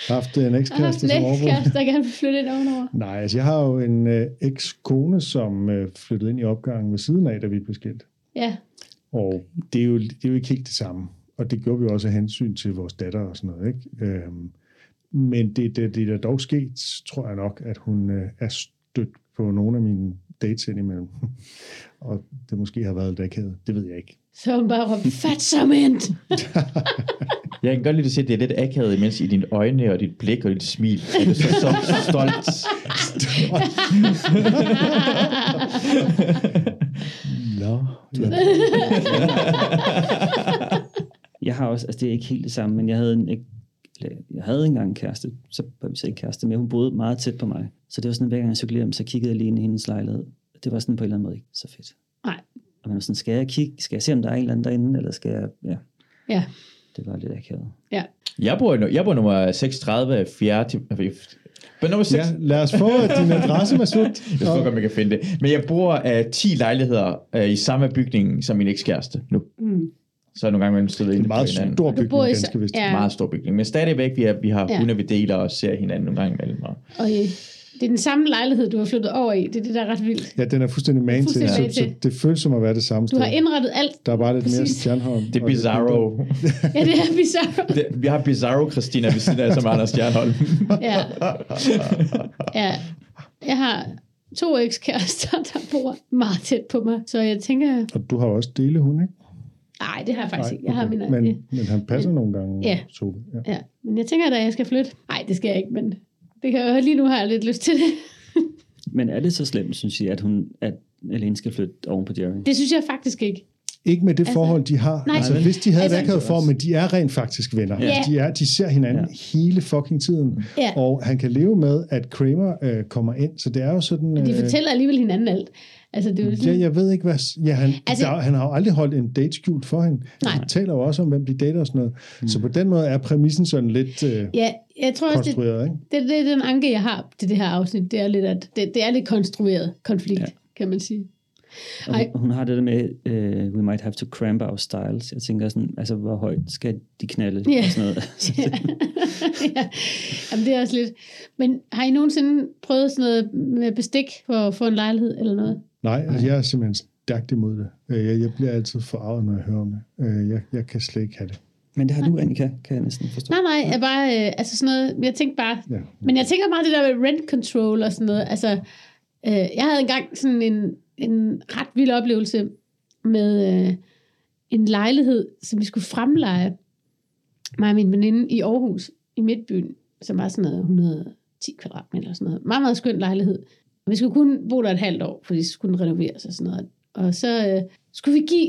Speaker 2: Har haft øh, en
Speaker 1: haft
Speaker 2: ekskæreste
Speaker 1: en
Speaker 2: som overbrug?
Speaker 1: ekskæreste, der gerne vil flytte ind ovenover?
Speaker 2: Nej, altså jeg har jo en øh, ekskone, som øh, flyttede ind i opgangen ved siden af, da vi blev skilt.
Speaker 1: Ja,
Speaker 2: Og det er, jo, det er jo ikke helt det samme. Og det gjorde vi også af hensyn til vores datter og sådan noget. Ikke? Øhm, men det, det, det er da dog sket, tror jeg nok, at hun øh, er stødt på nogle af mine dates indimellem. og det måske har været lidt akavet. Det ved jeg ikke.
Speaker 1: så har hun bare råbte, fat som ind!
Speaker 4: Jeg kan godt lide at se, at det er lidt akavet, imens i dine øjne og dit blik og dit smil, er du så, så stolt.
Speaker 2: Nå, ja.
Speaker 3: Jeg har også, altså det er ikke helt det samme, men jeg havde en, ikke- eller jeg havde engang en kæreste, så var vi så ikke kæreste, men hun boede meget tæt på mig. Så det var sådan, hver gang jeg cyklerede hjem, så kiggede jeg lige ind i hendes lejlighed. Det var sådan på en eller anden måde ikke så fedt.
Speaker 1: Nej.
Speaker 3: Og man var sådan, skal jeg kigge, skal jeg se, om der er en eller anden derinde, eller skal jeg, ja,
Speaker 1: Ja,
Speaker 3: det var lidt akavet.
Speaker 1: ja.
Speaker 4: Jeg bor, i nu- jeg bor nummer 36 af 4. til- Men nummer 6,
Speaker 2: ja, lad os få din adresse, Masud.
Speaker 4: Jeg tror godt, man kan finde det. Men jeg bor af 10 lejligheder øh, i samme bygning som min ekskæreste nu.
Speaker 1: Mm.
Speaker 4: Så er jeg nogle gange mellem sidder
Speaker 2: Det er
Speaker 4: inde
Speaker 2: en meget
Speaker 4: på hinanden.
Speaker 2: stor
Speaker 1: Du bor
Speaker 2: bygning,
Speaker 1: i-
Speaker 2: ganske vist.
Speaker 1: ja.
Speaker 4: Meget stor bygning. Men stadigvæk, vi, er, vi har
Speaker 1: Ja.
Speaker 4: hunde, vi deler og ser hinanden nogle gange imellem. Og
Speaker 1: Og øh, det er den samme lejlighed, du har flyttet over i. Det er det, der er ret vildt.
Speaker 2: Ja, den er fuldstændig man til,
Speaker 1: Fuldstændig
Speaker 2: så,
Speaker 1: magen
Speaker 2: så
Speaker 1: til.
Speaker 2: det føles som at være det samme
Speaker 1: Du
Speaker 2: sted.
Speaker 1: har indrettet alt.
Speaker 2: Der er bare lidt
Speaker 1: Præcis.
Speaker 2: mere Stjernholm.
Speaker 4: det er
Speaker 2: og mindre.
Speaker 4: bizarro.
Speaker 1: Ja, det er bizarre.
Speaker 4: Det, vi har bizarro Christina ved siden af, som er Anders Stjernholm.
Speaker 1: Ja. ja. Jeg har to ekskærester, der bor meget tæt på mig. Så jeg tænker,
Speaker 2: Og du har også delehund, ikke?
Speaker 1: nej, det har jeg faktisk
Speaker 2: Nej,
Speaker 1: ikke. Altså, Jeg har
Speaker 2: okay.
Speaker 1: min
Speaker 2: men,
Speaker 1: egen.
Speaker 2: men han passer nogle gange,
Speaker 1: Ja.
Speaker 2: Tove. Ja.
Speaker 1: Ja, men jeg tænker da, at jeg skal flytte. Nej, det skal jeg ikke, men det kan jeg jo- lige nu har jeg lidt lyst til det.
Speaker 3: Men er det så slemt, synes jeg, at hun, at Alene skal flytte oven på Jerry?
Speaker 1: Det synes jeg faktisk ikke.
Speaker 2: Ikke med det
Speaker 1: Altså-
Speaker 2: forhold, de har.
Speaker 1: Nej.
Speaker 2: altså, hvis de havde
Speaker 1: Altså-
Speaker 2: altså, akavet form, men de er rent faktisk venner.
Speaker 1: Ja.
Speaker 2: Altså, de, er, de ser hinanden
Speaker 3: Ja.
Speaker 2: hele fucking tiden.
Speaker 1: Ja.
Speaker 2: Og han kan leve med, at Kramer øh, kommer ind, så det er jo sådan...
Speaker 1: De fortæller alligevel hinanden alt. Altså, det er jo
Speaker 2: Ja,
Speaker 1: sådan,
Speaker 2: øh, jeg ved ikke, hvad... Ja, han, altså,
Speaker 1: Altså-
Speaker 2: der, han har jo aldrig holdt en date skjult for hende.
Speaker 1: Nej.
Speaker 2: De taler jo også om, hvem de dater og sådan noget. Mm. Så på den måde er præmissen sådan lidt øh,
Speaker 1: ja, jeg tror også, det,
Speaker 2: konstrueret, ikke?
Speaker 1: det, det, er den anke, jeg har til det her afsnit. Det er lidt, at det, det er lidt konstrueret konflikt,
Speaker 3: Ja.
Speaker 1: ja. kan man sige.
Speaker 3: Og
Speaker 1: Ej.
Speaker 3: hun, hun har det der med, uh, we might have to cramp our styles. Jeg tænker sådan, altså hvor højt skal de knalde?
Speaker 1: Ja.
Speaker 3: Og sådan noget. Så det,
Speaker 1: ja. Jamen, det er også lidt. Men har I nogensinde prøvet sådan noget med bestik for at få en lejlighed eller noget?
Speaker 2: Nej, altså, jeg er simpelthen stærkt imod det. Øh, Jeg, jeg bliver altid forarvet, når jeg hører om det. Øh, Jeg, jeg kan slet ikke have det.
Speaker 3: men det har du, Annika, kan jeg næsten forstå.
Speaker 1: Nej, nej, jeg bare, øh, altså sådan noget, jeg tænkte bare,
Speaker 2: Ja.
Speaker 1: Men jeg tænker meget det der med rent control og sådan noget. Altså, øh, jeg havde engang sådan en, en ret vild oplevelse med øh, en lejlighed, som vi skulle fremleje. Mig og min veninde i Aarhus, i Midtbyen, som var sådan noget 110 kvadratmeter eller sådan noget. Meget, meget skøn lejlighed. Og vi skulle kun bo der et halvt år, fordi så skulle den renoveres og sådan noget. Og så øh, skulle vi give,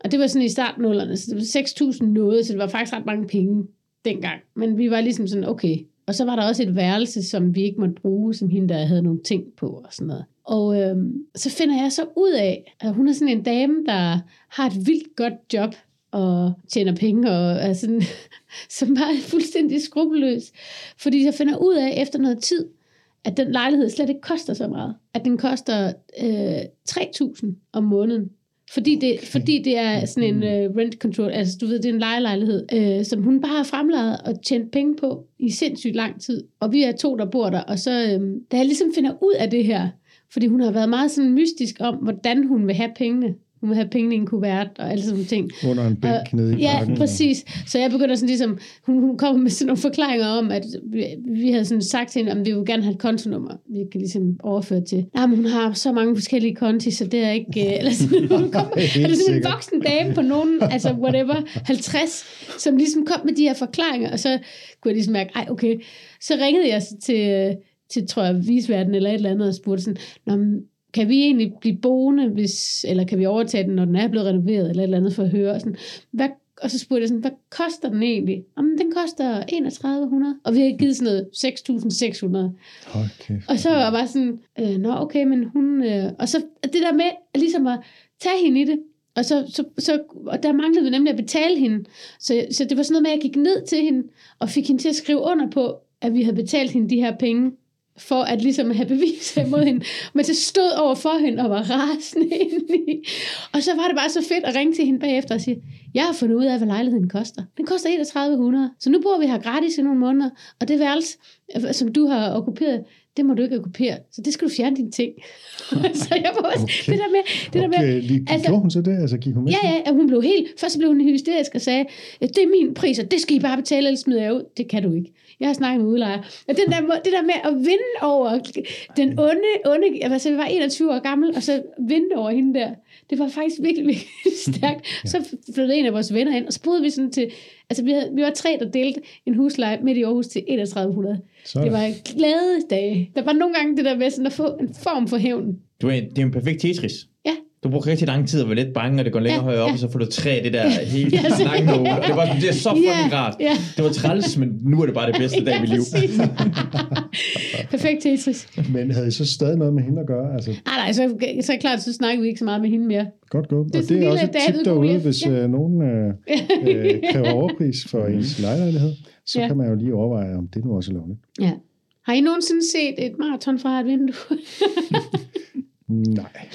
Speaker 1: og det var sådan i starten så det var 6.000 noget, så det var faktisk ret mange penge dengang. Men vi var ligesom sådan, okay. Og så var der også et værelse, som vi ikke måtte bruge, som hende, der havde nogle ting på og sådan noget. Og øhm, så finder jeg så ud af, at hun er sådan en dame, der har et vildt godt job og tjener penge og er sådan, som bare er fuldstændig skrupelløs. Fordi jeg finder ud af efter noget tid, at den lejlighed slet ikke koster så meget. At den koster øh, 3.000 om måneden. Fordi det, okay. fordi det er sådan en øh, rent control, altså du ved, det er en lejelejlighed, øh, som hun bare har fremlejet og tjent penge på i sindssygt lang tid. Og vi er to, der bor der, og så øh, da jeg ligesom finder ud af det her, fordi hun har været meget sådan mystisk om, hvordan hun vil have pengene, Hun vil have pengene i en kuvert og alle sådan nogle ting.
Speaker 2: under en bænk
Speaker 1: Og-
Speaker 2: nede i
Speaker 1: Ja,
Speaker 2: parken.
Speaker 1: præcis. Så jeg begynder sådan ligesom, hun, hun kommer med sådan nogle forklaringer om, at vi, vi havde sådan sagt til hende, at vi vil gerne have et kontonummer, vi kan ligesom overføre til. Nej, men hun har så mange forskellige konti, så det er ikke... øh," Eller sådan, hun kommer,
Speaker 2: helt
Speaker 1: er det sådan en
Speaker 2: sikkert.
Speaker 1: voksen dame på nogen, altså whatever, 50, som ligesom kom med de her forklaringer, og så kunne jeg ligesom mærke, ej okay, så ringede jeg så til, øh, til tror jeg, visverden eller et eller andet, og spurgte sådan, Nå, men kan vi egentlig blive boende, hvis, eller kan vi overtage den, når den er blevet renoveret, eller et eller andet for at høre, og sådan, hvad, og så spurgte jeg sådan, hvad koster den egentlig? Jamen, den koster 3100, og vi har givet sådan noget 6600.
Speaker 2: Hold kæft.
Speaker 1: Og så var jeg bare sådan, øh, nå okay, men hun... Øh, og så det der med at ligesom at tage hende i det, og, så, så, så, og der manglede vi nemlig at betale hende. Så, så det var sådan noget med, at jeg gik ned til hende, og fik hende til at skrive under på, at vi havde betalt hende de her penge, for at ligesom have bevis imod hende. Men så stod over for hende og var rasende indeni. Og så var det bare så fedt at ringe til hende bagefter og sige, jeg har fundet ud af, hvad lejligheden koster. Den koster 3100. Så nu bor vi her gratis i nogle måneder, og det værelse, øh, som du har okkuperet, det må du ikke okkupere. Så det skal du fjerne dine ting. så jeg var også,
Speaker 2: Okay.
Speaker 1: okay. det der med, det der med,
Speaker 2: okay, lige, altså,
Speaker 1: altså-
Speaker 2: gjorde hun så det? Altså, gik hun med?
Speaker 1: Ja, ja, at hun blev helt... Først så blev hun hysterisk og sagde, "Øh, det er min pris, og det skal I bare betale, ellers smider jeg ud. Det kan du ikke. Jeg har snakket med udlejer. Og den der, må- det der med at vinde over den onde, onde... Altså, jeg var 21 år gammel, og så vinde over hende der. Det var faktisk virkelig, virkelig stærkt. Så flyttede en af vores venner ind, og så boede vi sådan til... Altså, vi, havde, vi var tre, der delte en husleje midt i Aarhus til 3100.
Speaker 2: Sådan.
Speaker 1: Det var glade dage. Der var nogle gange det der med sådan at få en form for hævn.
Speaker 4: Du er, en- det er en perfekt Tetris.
Speaker 1: Ja.
Speaker 4: Du bruger rigtig lang tid at være lidt bange, og det går længere
Speaker 1: Ja,
Speaker 4: ja, højere op,
Speaker 1: ja.
Speaker 4: og så får du tre af det der helt
Speaker 1: Ja, så-
Speaker 4: lange nogle. Det, var, det er så fucking rart.
Speaker 1: Ja, ja.
Speaker 4: Det var træls, men nu er det bare det bedste dag i mit liv.
Speaker 1: præcis. Perfekt Tetris.
Speaker 2: Men havde I så stadig noget med hende at gøre? Altså,
Speaker 1: Nej, nej, så, så er det klart, så snakker vi ikke så meget med hende mere.
Speaker 2: godt gået.
Speaker 1: er
Speaker 2: Og det
Speaker 1: sådan en
Speaker 2: er
Speaker 1: lille
Speaker 2: også et tip
Speaker 1: David
Speaker 2: derude,
Speaker 1: Goliath.
Speaker 2: hvis
Speaker 1: Ja.
Speaker 2: øh, nogen øh, øh, kræver overpris for ens lejlighed, så
Speaker 1: Ja.
Speaker 2: kan man jo lige overveje, om det nu også er lovligt.
Speaker 1: Ja. Har I nogensinde set et maraton fra et vindue?
Speaker 2: Nej.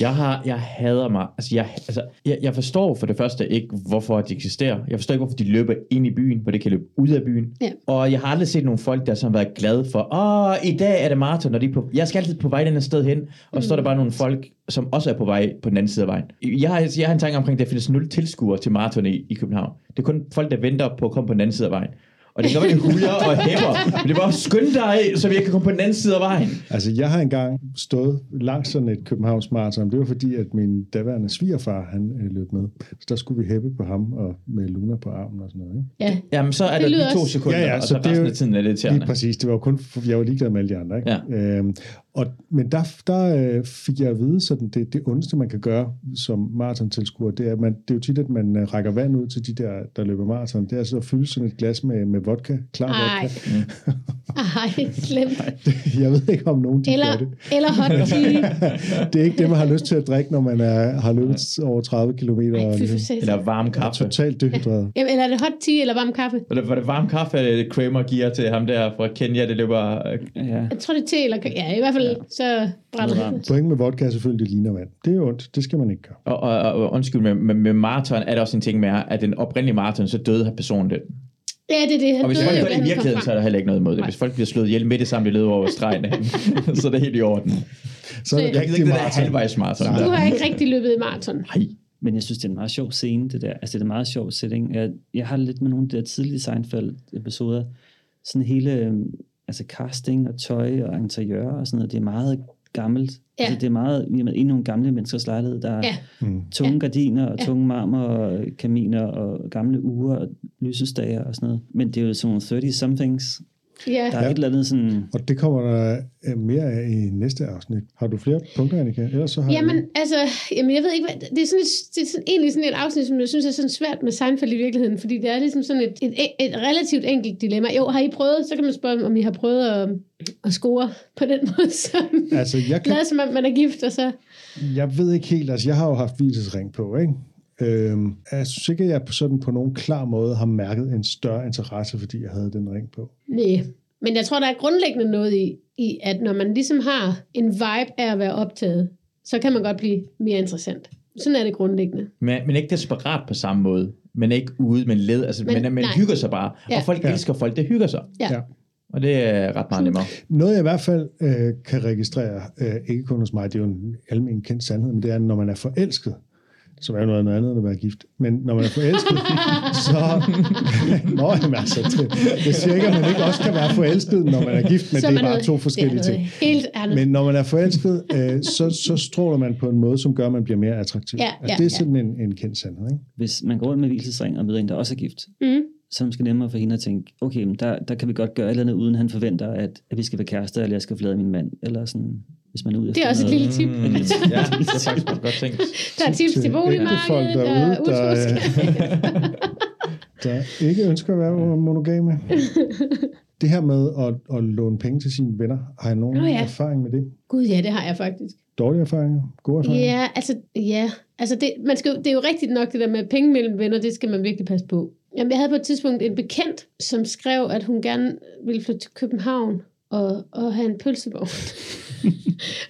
Speaker 4: Jeg, har, jeg hader mig. Altså, jeg, altså, jeg, jeg forstår for det første ikke, hvorfor de eksisterer. Jeg forstår ikke, hvorfor de løber ind i byen, hvor det kan løbe ud af byen.
Speaker 1: Ja.
Speaker 4: Og jeg har aldrig set nogle folk, der sådan har været glade for, åh, i dag er det maraton, og de er på, jeg skal altid på vej den her sted hen, og så
Speaker 1: Mm.
Speaker 4: står der bare nogle folk, som også er på vej på den anden side af vejen. Jeg har, jeg har en tanke omkring, at der findes nul tilskuere til maraton i, i København. Det er kun folk, der venter på at komme på den anden side af vejen. Og det kan godt være, de hujer og hæpper, men det er bare skynd dig, så vi ikke kan komme på den anden side af vejen.
Speaker 2: Altså, jeg har engang stået langs sådan et Københavns maraton. Det var fordi, at min daværende svigerfar, han øh, løb med. Så der skulle vi hæppe på ham og med Luna på armen og sådan noget. Ikke?
Speaker 1: ja.
Speaker 4: Jamen, så er
Speaker 1: Det
Speaker 4: det der lige
Speaker 1: lyder
Speaker 4: to
Speaker 1: også-
Speaker 4: sekunder, ja, ja, så og så
Speaker 2: det er
Speaker 4: resten
Speaker 2: jo-
Speaker 4: af tiden er det
Speaker 2: Lige
Speaker 4: irriterende.
Speaker 2: præcis. Det var jo kun, jeg var ligeglad med alle de andre. Ikke? Øhm, og, men der, der øh, fik jeg at vide, sådan, det, det ondeste, man kan gøre som maratontilskuer, det er, at man, det er jo tit, at man øh, rækker vand ud til de der, der løber maraton. Det er altså at fylde sådan et glas med, med vodka, klar
Speaker 1: Ej.
Speaker 2: vodka.
Speaker 1: Ej, slemt.
Speaker 2: Jeg ved ikke, om nogen de
Speaker 1: Eller,
Speaker 2: gør det.
Speaker 1: eller hot tea.
Speaker 2: det er ikke det, man har lyst til at drikke, når man er, har løbet over 30 km
Speaker 1: Ej, fy
Speaker 2: og
Speaker 1: for
Speaker 2: ligesom
Speaker 1: satan.
Speaker 4: Eller varm kaffe.
Speaker 2: totalt dehydreret.
Speaker 1: Jamen, eller er det hot tea eller varm kaffe?
Speaker 4: Eller var det varm kaffe, øh, Kramer giver til ham der fra Kenya, det løber... øh,
Speaker 3: Ja.
Speaker 1: Jeg tror, det er te eller... ka- Ja, i hvert fald, så brænder
Speaker 4: Noget
Speaker 1: det.
Speaker 4: varmt.
Speaker 2: Pointen med vodka er selvfølgelig, det ligner vand. Det er ondt, det skal man ikke gøre.
Speaker 4: Og, og, og- og undskyld, med, med, med maraton er der også en ting med, at den oprindelige maraton, så døde her personen det.
Speaker 1: Ja, det er det. Han
Speaker 4: Og hvis
Speaker 1: døde
Speaker 4: folk
Speaker 1: jo,
Speaker 4: gør
Speaker 1: da
Speaker 4: det i
Speaker 1: han kom
Speaker 4: virkeligheden,
Speaker 1: frem.
Speaker 4: så er der heller ikke noget imod det.
Speaker 1: Nej.
Speaker 4: Hvis folk bliver slået ihjel med det samme, de lød over stregen, af hinanden, så er det helt i orden.
Speaker 2: Så er det
Speaker 4: Jeg gider
Speaker 2: rigtig
Speaker 4: ikke det der
Speaker 2: meget.
Speaker 4: halvvejs maraton.
Speaker 2: Nej.
Speaker 1: Du
Speaker 4: Der.
Speaker 1: har ikke rigtig løbet i maraton.
Speaker 3: Men jeg synes, det er en meget sjov scene, det der. Altså, det er en meget sjov setting. Jeg, jeg har lidt med nogle af de der tidlige Seinfeld-episoder. Sådan hele øhm, altså casting og tøj og interiør og sådan noget. Det er meget gammelt.
Speaker 1: Ja.
Speaker 3: Altså, det er meget, vi er med endnu nogle gamle menneskers lejlighed, der er
Speaker 1: Ja.
Speaker 2: Mm.
Speaker 3: tunge
Speaker 1: Ja.
Speaker 3: gardiner og
Speaker 1: Ja.
Speaker 3: tunge marmor og kaminer og gamle uger og lysestager og sådan noget. Men det er jo sådan nogle 30-somethings.
Speaker 1: Ja.
Speaker 3: Der er
Speaker 2: Ja.
Speaker 3: et eller andet sådan...
Speaker 2: Og det kommer der øh, mere af i næste afsnit. Har du flere punkter, Annika? Ellers så har jeg-
Speaker 1: Jamen, altså, jamen, jeg ved ikke, hvad, det er, sådan et, det er sådan, egentlig sådan et afsnit, som jeg synes er sådan svært med Seinfeld i virkeligheden, fordi det er ligesom sådan et, et, et relativt enkelt dilemma. Jo, har I prøvet, så kan man spørge, om I har prøvet at, at score på den måde, som
Speaker 2: Altså, jeg, kan,
Speaker 1: glad som om man er gift, og så...
Speaker 2: jeg ved ikke helt, altså jeg har jo haft hvilesesring på, ikke? Øhm, jeg synes ikke, at jeg på sådan på nogen klar måde har mærket en større interesse, fordi jeg havde den ring på.
Speaker 1: Nej. Men jeg tror, der er grundlæggende noget i, i, at når man ligesom har en vibe af at være optaget, så kan man godt blive mere interessant. Sådan er det grundlæggende.
Speaker 4: Men, men ikke desperat på samme måde. Men ikke ude, men led. Altså,
Speaker 1: Men-
Speaker 4: men, men,
Speaker 1: nej.
Speaker 4: hygger sig bare.
Speaker 1: Ja.
Speaker 4: Og folk
Speaker 2: Ja.
Speaker 4: elsker folk, der hygger sig.
Speaker 1: Ja.
Speaker 2: Ja.
Speaker 1: ja.
Speaker 4: Og det er ret meget nemmere.
Speaker 2: Noget jeg i hvert fald øh, kan registrere, øh, ikke kun hos mig, det er jo en almen kendt sandhed, men det er, når man er forelsket, som er jo noget andet end at være gift, men når man er forelsket, så... Nå, jamen altså, det, jeg siger ikke, at man ikke også kan være forelsket, når man er gift, men
Speaker 1: Så
Speaker 2: det er
Speaker 1: man
Speaker 2: bare
Speaker 1: noget-
Speaker 2: to forskellige
Speaker 1: det er
Speaker 2: ting.
Speaker 1: noget Helt andet.
Speaker 2: Men når man er forelsket, øh, så, så stråler man på en måde, som gør, at man bliver mere attraktiv.
Speaker 1: Ja,
Speaker 2: altså,
Speaker 1: ja,
Speaker 2: det er
Speaker 1: ja.
Speaker 2: sådan en, en kendt sandhed, ikke?
Speaker 3: Hvis man går rundt med hvilesesring og møder en, der også er gift,
Speaker 1: mm.
Speaker 3: så er det måske nemmere for hende at tænke, okay, men der, der kan vi godt gøre et eller andet, uden han forventer, at, at vi skal være kærester, eller jeg skal forlade min mand, eller sådan, hvis man er ude
Speaker 1: Det er også et lille tip.
Speaker 4: Mm, ja, det er faktisk meget godt tænkt.
Speaker 1: Der er tips til
Speaker 2: folk
Speaker 1: boligmarkedet og
Speaker 2: derude, der,
Speaker 1: utroskab.
Speaker 2: øh, der ikke ønsker at være monogame. Det her med at, at låne penge til sine venner, har jeg nogen
Speaker 1: Nå
Speaker 2: oh,
Speaker 1: ja.
Speaker 2: ja. erfaring med det?
Speaker 1: Gud, ja, det har jeg faktisk.
Speaker 2: Dårlige erfaringer? Gode erfaringer?
Speaker 1: Ja, altså, ja. altså det, man skal, jo- det er jo rigtigt nok, det der med penge mellem venner, det skal man virkelig passe på. Jamen, jeg havde på et tidspunkt en bekendt, som skrev, at hun gerne ville flytte til København og, og have en pølsevogn.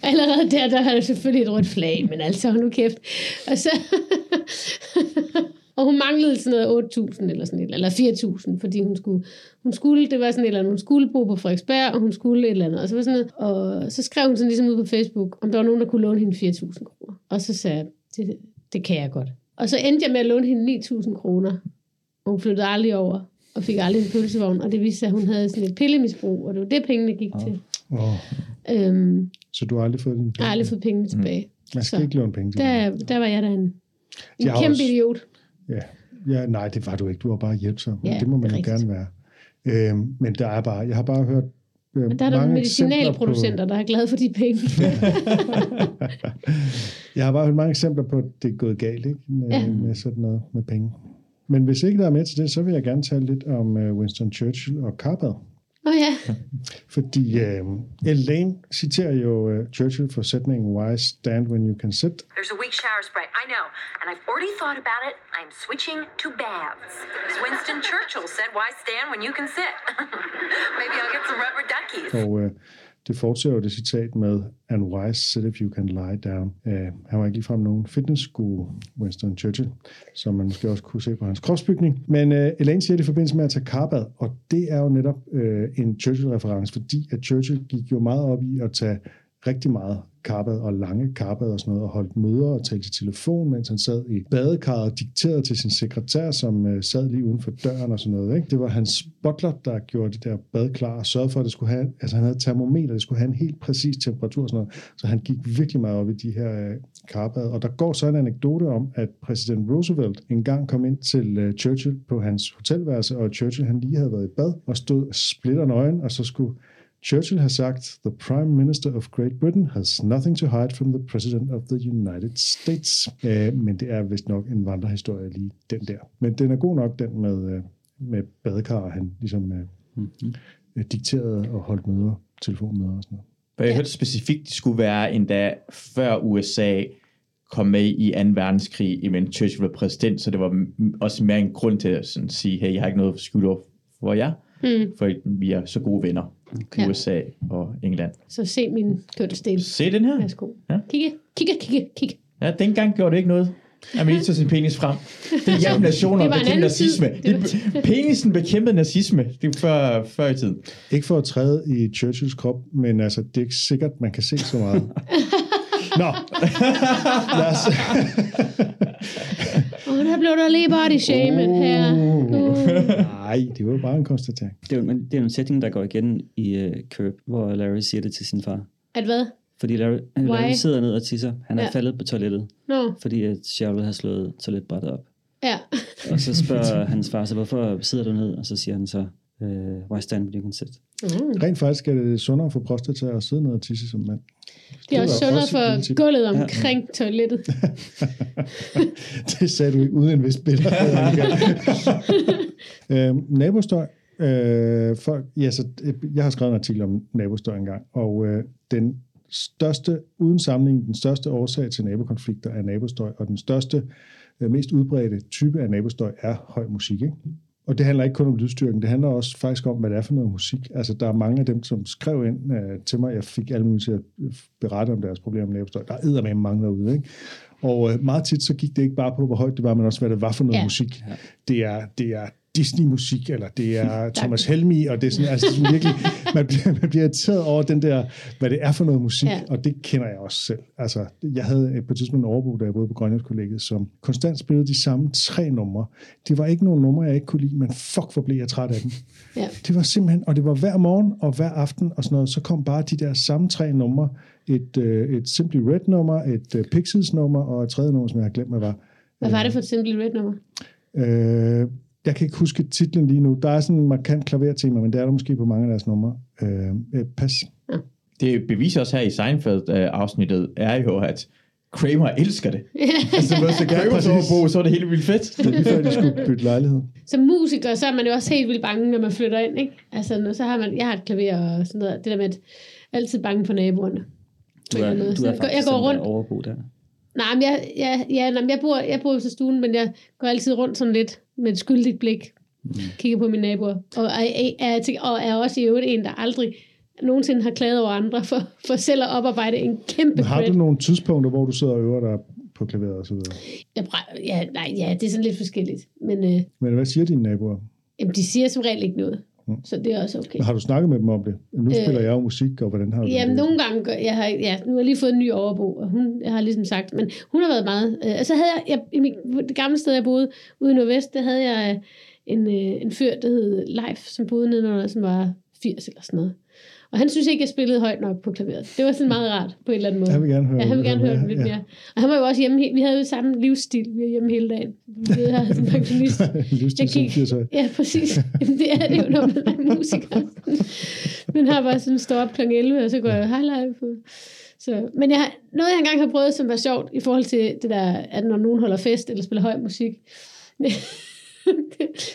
Speaker 1: Allerede der, der var det selvfølgelig et rødt flag, men altså, hold nu kæft. Og så... og hun manglede sådan noget 8.000 eller sådan et, eller 4.000, fordi hun skulle, hun skulle, det var sådan et eller andet, hun skulle bo på Frederiksberg, og hun skulle et eller andet, og så var sådan noget, og så skrev hun sådan ligesom ud på Facebook, om der var nogen, der kunne låne hende 4.000 kroner. Og så sagde jeg, det, det kan jeg godt. Og så endte jeg med at låne hende 9.000 kroner, og hun flyttede aldrig over, og fik aldrig en pølsevogn, og det viste sig, at hun havde sådan et pillemisbrug, og det var det, pengene gik
Speaker 3: Ah.
Speaker 1: til.
Speaker 2: Oh,
Speaker 1: Øhm,
Speaker 2: så du har aldrig fået dine
Speaker 1: jeg har
Speaker 2: penge?
Speaker 1: aldrig fået pengene tilbage.
Speaker 2: Man skal
Speaker 1: så.
Speaker 2: ikke låne penge til
Speaker 1: Der,
Speaker 2: hinanden.
Speaker 1: der var jeg da en, en
Speaker 2: Jeg har
Speaker 1: kæmpe
Speaker 2: også-
Speaker 1: idiot.
Speaker 2: Ja, nej, det var du ikke. Du var bare hjælpsom.
Speaker 1: Ja,
Speaker 2: Ja, det må man
Speaker 1: det
Speaker 2: jo
Speaker 1: er
Speaker 2: gerne være. Øhm, men der er bare, jeg har bare hørt øh,
Speaker 1: Men der er nogle
Speaker 2: mange eksempler på,
Speaker 1: medicinalproducenter, der er glade for de penge.
Speaker 2: Jeg har bare hørt mange eksempler på, at det er gået galt ikke? Med,
Speaker 1: Ja.
Speaker 2: ja. med sådan noget med penge. Men hvis ikke der er med til det, så vil jeg gerne tale lidt om øh, Winston Churchill og Carpad.
Speaker 1: Åh oh, ja,
Speaker 2: Fordi øh, Elaine citerer jo øh, Churchill for sætningen, why stand when you can sit?
Speaker 6: There's a weak shower sprite, I know, and I've already thought about it. I'm switching to baths. As Winston Churchill said, why stand when you can sit? Maybe I'll get some rubber duckies.
Speaker 2: Og øh, det fortsætter jo det citat med, and why sit if you can lie down. Øh, han var ikke ligefrem nogen fitnessguru, Winston Churchill, som man måske også kunne se på hans kropsbygning. Men øh, Elaine siger det i forbindelse med at tage karbad, og det er jo netop øh, en Churchill-reference, fordi at Churchill gik jo meget op i at tage rigtig meget karbad og lange karbad og sådan noget, og holdt møder og talte i telefon, mens han sad i badekarret og dikterede til sin sekretær, som øh, sad lige uden for døren og sådan noget. Ikke? Det var hans butler, der gjorde det der bad klar og sørgede for, at det skulle have, altså han havde termometer, det skulle have en helt præcis temperatur og sådan noget. Så han gik virkelig meget op i de her øh, karbad. Og der går så en anekdote om, at præsident Roosevelt engang kom ind til øh, Churchill på hans hotelværelse, og Churchill han lige havde været i bad og stod splitter nøgen, og så skulle Churchill has sagt, the Prime Minister of Great Britain has nothing to hide from the President of the United States. Øh, men det er vist nok en vandrehistorie lige den der. Men den er god nok, den med, øh, med badekar, han ligesom øh,
Speaker 3: Mm-hmm.
Speaker 2: øh, dikterede og holdt møder, telefonmøder og sådan noget.
Speaker 4: For jeg hørte specifikt, det skulle være endda før USA kom med i 2. verdenskrig, imens Churchill var præsident, så det var m- også mere en grund til at sådan sige, hey, jeg har ikke noget skyld over for jer,
Speaker 1: Mm.
Speaker 4: for vi er så gode venner,
Speaker 1: Ja.
Speaker 4: okay. USA og England.
Speaker 1: så se min kønsdel.
Speaker 4: Se den her.
Speaker 1: Værsgo.
Speaker 4: Ja.
Speaker 1: Kigge, kigge, kigge, kigge.
Speaker 4: Ja, dengang gjorde det ikke noget. At man lige tog sin penis frem. Det er jævn nationer,
Speaker 1: Det var
Speaker 4: der
Speaker 1: en
Speaker 4: bekæmpede
Speaker 1: anden tid.
Speaker 4: nazisme.
Speaker 1: Det var-
Speaker 4: Det er- penisen bekæmpede nazisme. Det var før, før i tiden.
Speaker 2: Ikke for at træde i Churchills krop, men altså, det er ikke sikkert, man kan se så meget. Nå, lad os...
Speaker 1: Åh, oh, der blev der lige body shaman her. Uh.
Speaker 2: Nej, det var bare en konstatering.
Speaker 3: Det, er, jo- men det er jo en sætning, der går igen i uh, Curb, hvor Larry siger det til sin far.
Speaker 1: At hvad?
Speaker 3: Fordi Larry, Larry sidder ned og tisser. Han er
Speaker 1: Ja.
Speaker 3: ja. faldet på toilettet,
Speaker 1: Nå,
Speaker 3: fordi at Charlotte har slået toiletbrættet op.
Speaker 1: ja.
Speaker 3: Og så spørger hans far så, hvorfor sidder du ned? Og så siger han så, uh, why stand when you can sit?
Speaker 1: Mm.
Speaker 2: Rent faktisk er det sundere for prostata at sidde ned og tisse som mand.
Speaker 1: Det er også
Speaker 2: Det var
Speaker 1: sundere
Speaker 2: også
Speaker 1: for
Speaker 2: et lille tip.
Speaker 1: gulvet omkring toilettet.
Speaker 2: det sagde du ikke uden en vis billede. øhm, nabostøj. Øh, folk, ja, så, øh, jeg har skrevet en artikel om nabostøj engang, og øh, den største, uden sammenligning, den største årsag til nabokonflikter er nabostøj, og den største, øh, mest udbredte type af nabostøj er høj musik. Ikke? Og det handler ikke kun om lydstyrken, det handler også faktisk om, hvad det er for noget musik. Altså, der er mange af dem, som skrev ind øh, til mig, jeg fik alle mulige til at øh, berette om deres problemer med nabostøj. Der er med mange derude, ikke? Og øh, meget tit, så gik det ikke bare på, hvor højt det var, men også, hvad det var for noget
Speaker 1: Ja.
Speaker 2: ja. musik. Det er, det er Disney-musik, eller det er Thomas Helmi, og det er sådan, altså det er sådan virkelig, man bliver, man bliver irriteret over den der, hvad det er for noget musik,
Speaker 1: Ja.
Speaker 2: ja. og det kender jeg også selv. Altså, jeg havde øh, på et tidspunkt en overbo, da jeg boede på Grønlandskollegiet, som konstant spillede de samme tre numre. Det var ikke nogle numre, jeg ikke kunne lide, men fuck, hvor blev jeg træt af dem.
Speaker 1: Ja.
Speaker 2: Det var simpelthen, og det var hver morgen og hver aften og sådan noget, så kom bare de der samme tre numre. Et, øh, et Simply Red-nummer, et øh, Pixies-nummer og et tredje nummer, som jeg har glemt, hvad var.
Speaker 1: Hvad var det for et Simply Red nummer?
Speaker 2: Øh, jeg kan ikke huske titlen lige nu. Der er sådan en markant klavertema, men det er der måske på mange af deres numre. Øh, øh, pas.
Speaker 4: Det beviser også her i Seinfeld-afsnittet, øh, er jo, at Kramer elsker det.
Speaker 2: Altså, det var så gerne
Speaker 4: Kramer så
Speaker 2: præcis.
Speaker 4: overbo, så er det helt vildt fedt.
Speaker 2: Det er Lige før de skulle bytte lejlighed.
Speaker 1: Som musiker, så er man jo også helt vildt bange, når man flytter ind, ikke? Altså, når, så har man, jeg har et klaver og sådan noget, det der med, at altid bange for naboerne.
Speaker 3: Du er,
Speaker 1: Eller noget.
Speaker 3: du
Speaker 1: Så
Speaker 3: er
Speaker 1: jeg går- jeg
Speaker 3: faktisk
Speaker 1: går
Speaker 3: den der
Speaker 1: rundt.
Speaker 3: overbo der.
Speaker 1: Nej, men jeg, jeg, ja, nej, men jeg, bor, jeg bor jo så i stuen, men jeg går altid rundt sådan lidt med et skyldigt blik.
Speaker 2: Mm.
Speaker 1: Kigger på mine naboer. Og er, er, er, og er også i øvrigt en, der aldrig nogensinde har klaget over andre for, for selv at oparbejde en kæmpe
Speaker 2: Men har
Speaker 1: cred.
Speaker 2: du nogle tidspunkter, hvor du sidder og øver dig på klaveret og så videre?
Speaker 1: Jeg, bra- ja, nej, ja, det er sådan lidt forskelligt. Men øh,
Speaker 2: Men hvad siger dine naboer?
Speaker 1: jamen, de siger som regel ikke noget. Så det er også okay.
Speaker 2: Mm. Har du snakket med dem om det? Nu spiller jeg jo musik, og hvordan har du det
Speaker 1: Øh,
Speaker 2: med
Speaker 1: Jamen,
Speaker 2: det?
Speaker 1: nogle gange, gør, jeg har, ja, nu har jeg lige fået en ny overbo, og hun jeg har ligesom sagt, men hun har været meget, øh, altså havde jeg, jeg i mit, det gamle sted, jeg boede ude i Nordvest, der havde jeg øh, en, øh, en fyr, der hed Leif, som boede nedenunder, som var 80 eller sådan noget. Og han synes ikke, jeg spillede højt nok på klaveret. Det var sådan meget rart, på en eller anden måde.
Speaker 2: Han vil gerne høre
Speaker 1: ja, han vil
Speaker 2: lidt
Speaker 1: gerne
Speaker 2: mere,
Speaker 1: høre det lidt
Speaker 2: ja.
Speaker 1: mere. Og han var jo også hjemme, he- vi havde jo samme livsstil, vi var hjemme hele dagen. Vi havde sådan en pensionist.
Speaker 2: Livsstil
Speaker 1: Jeg
Speaker 2: som
Speaker 1: gik-
Speaker 2: 80-årig.
Speaker 1: Ja, præcis. Jamen, det er det jo, når man er musiker. Men har bare sådan står op kl. 11, og så går jeg hej live. Så, men jeg, har- noget, jeg engang har prøvet, som var sjovt i forhold til det der, at når nogen holder fest eller spiller høj musik,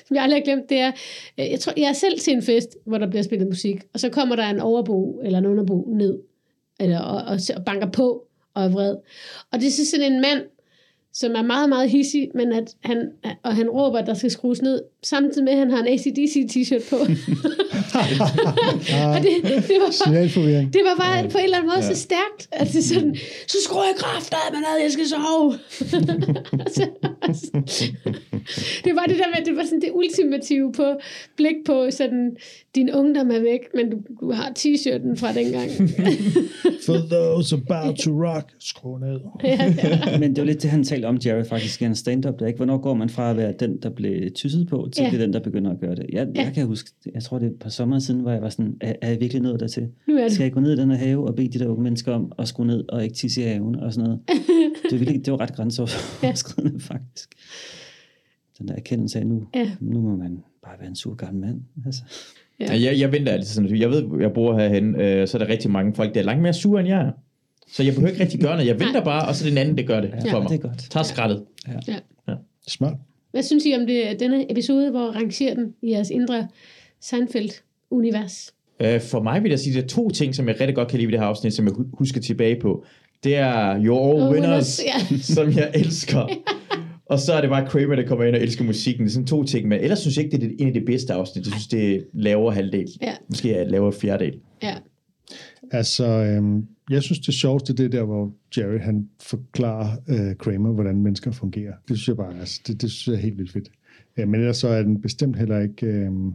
Speaker 1: som jeg aldrig har glemt, det er, øh, jeg, tror, jeg er selv til en fest, hvor der bliver spillet musik, og så kommer der en overbo eller en underbo ned, eller, og, og, og banker på og er vred. Og det er så sådan en mand, som er meget, meget hissig, men at han, og han råber, at der skal skrues ned, samtidig med, at han har en ACDC t-shirt på. og det, det var bare,
Speaker 2: Signalforvirring.
Speaker 1: det var bare på en eller anden måde ja. så stærkt, at det er sådan, så skruer jeg kraft af, man jeg skal sove. Altså, det var det der med, det var sådan det ultimative på, blik på sådan, din ungdom er væk, men du, du har t-shirten fra dengang.
Speaker 2: For those about to rock, skru ned.
Speaker 3: Men det var lidt det, han talte om, Jerry, faktisk i hans stand-up. Der, ikke? Hvornår går man fra at være den, der blev tysset på, til
Speaker 1: Ja.
Speaker 3: ja. det er den, der begynder at gøre det? Jeg, ja.
Speaker 1: Ja.
Speaker 3: jeg kan huske, jeg tror, det er et par sommer siden, hvor jeg var sådan, er, er jeg virkelig nået dertil?
Speaker 1: Nu er det.
Speaker 3: Skal jeg gå ned i den her have og bede de der unge mennesker om at skrue ned og ikke tisse i haven og sådan noget? Det var, virkelig, det var ret grænseoverskridende, faktisk. Den der erkendelse af nu,
Speaker 1: Ja.
Speaker 3: nu må man bare være en sur gammel mand. Altså.
Speaker 4: Ja. Jeg, jeg venter altid sådan, jeg ved, jeg bor herhen, øh, så er der rigtig mange folk, der er langt mere sure end jeg er. Så jeg behøver ikke rigtig gøre noget. Jeg venter bare, og så er det den anden, der gør det ja, for mig.
Speaker 3: det er godt.
Speaker 4: Tag skraldet.
Speaker 2: Smart.
Speaker 1: Hvad synes I om det, denne episode, hvor rangerer den i jeres indre Seinfeld-univers?
Speaker 4: Øh, for mig vil jeg sige, at der er to ting, som jeg rigtig godt kan lide ved det her afsnit, som jeg hu- husker tilbage på. Det er Your All
Speaker 1: All
Speaker 4: Winners,
Speaker 1: Winners,
Speaker 4: winners
Speaker 1: ja.
Speaker 4: ja. som jeg elsker. og så er det bare Kramer, der kommer ind og elsker musikken. Det er sådan to ting, men ellers synes jeg ikke, det er det- en af de bedste afsnit. Jeg synes, det er lavere halvdel.
Speaker 1: Ja.
Speaker 4: Måske er lavere fjerdedel.
Speaker 1: Ja.
Speaker 2: Altså, øhm, jeg synes, det sjoveste, det er der, hvor Jerry, han forklarer øh, Kramer, hvordan mennesker fungerer. Det synes jeg bare, altså, det, det synes jeg er helt vildt fedt. Øh, men ellers så er den bestemt heller ikke øhm,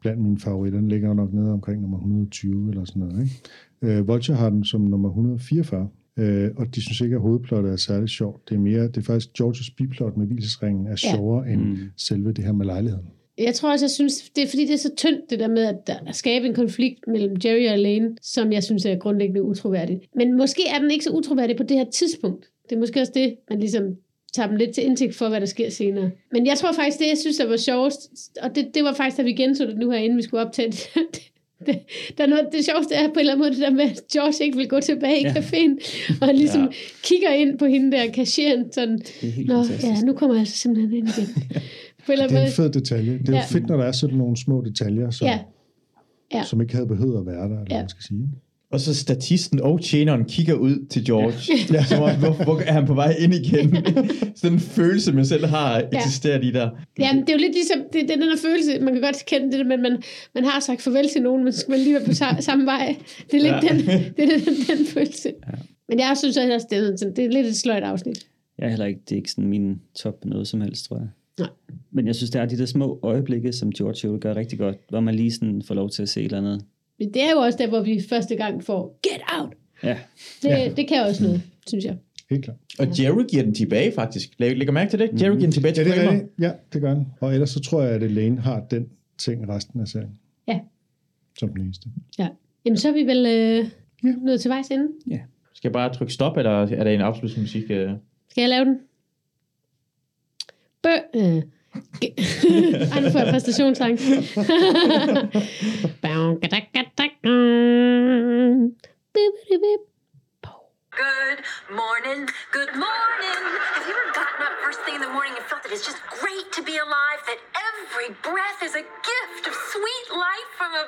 Speaker 2: blandt mine favoritter. Den ligger jo nok nede omkring nummer 120 eller sådan noget, ikke? Øh, Vulture har den som nummer 144, øh, og de synes ikke, at hovedplottet er særlig sjovt. Det er mere, det er faktisk Georges biplot med vilsesringen er sjovere ja. end mm. selve det her med lejligheden.
Speaker 1: Jeg tror også, jeg synes, det er fordi, det er så tyndt, det der med at der- at skabe en konflikt mellem Jerry og Elaine, som jeg synes er grundlæggende utroværdigt. Men måske er den ikke så utroværdig på det her tidspunkt. Det er måske også det, man ligesom tager dem lidt til indtægt for, hvad der sker senere. Men jeg tror faktisk, det jeg synes, der var sjovest, og det, det var faktisk, da vi genså det nu her, inden vi skulle optage det, det, der er noget, det sjoveste er på en eller anden måde det der med, at George ikke vil gå tilbage i
Speaker 3: Ja.
Speaker 1: caféen, og han ligesom ja.
Speaker 4: Ja.
Speaker 1: kigger ind på hende der, kasheren, sådan,
Speaker 3: Det er helt
Speaker 1: Nå,
Speaker 3: fantastisk.
Speaker 1: ja, nu kommer jeg altså simpelthen ind igen. På en eller anden
Speaker 2: Det er
Speaker 1: måde,
Speaker 2: en fed detalje. Det er
Speaker 1: Ja.
Speaker 2: jo fedt, når der er sådan nogle små detaljer, som,
Speaker 1: ja,
Speaker 2: ja.
Speaker 1: ja.
Speaker 2: som ikke havde behøvet at være der, eller ja.
Speaker 1: Ja.
Speaker 2: man skal sige.
Speaker 4: Og så statisten og tjeneren kigger ud til George. Ja. Som om, hvor, hvor er han på vej ind igen? Sådan en følelse, man selv har eksisteret i der.
Speaker 1: Jamen, det er jo lidt ligesom, det, det er den der følelse, man kan godt kende det, der, men man, man har sagt farvel til nogen, men så skal man lige være på sa- samme vej. Det er lidt
Speaker 4: Ja.
Speaker 1: den, det er den, den følelse. Ja. Men jeg synes også, at det er, sådan- det er lidt et sløjt afsnit.
Speaker 3: Jeg er heller ikke, det er ikke sådan min top noget som helst, tror jeg.
Speaker 1: Nej.
Speaker 3: Men jeg synes, der er de der små øjeblikke, som George Hill gør rigtig godt, hvor man lige sådan får lov til at se et eller andet.
Speaker 1: Men det er jo også der, hvor vi første gang får get out.
Speaker 3: Ja,
Speaker 1: Det, ja. det kan også noget, synes jeg.
Speaker 2: Helt klart.
Speaker 4: Og Jerry giver den tilbage, faktisk. Læg, lægger mærke til det? Jerry giver den tilbage
Speaker 2: Ja,
Speaker 4: til
Speaker 2: det er
Speaker 4: Kramer.
Speaker 2: rigtigt. Ja, det gør han. Og ellers så tror jeg, at Elaine har den ting resten af serien.
Speaker 1: Ja.
Speaker 2: Som den eneste.
Speaker 1: Ja. Jamen, så er vi vel øh,
Speaker 2: Ja.
Speaker 1: nået til vejs ende.
Speaker 4: Skal jeg bare trykke stop, eller er der en absolut musik? øh?
Speaker 1: Skal jeg lave den? Bø... Øh. Ge- Ej, nu får jeg præstationssang. Bam-ga-da-ga-da-ga. Bip-bidi-bip.
Speaker 6: Good morning. Good morning. Have you ever gotten up first thing in the morning and felt that it's just great to be alive, that every breath is a gift of sweet life from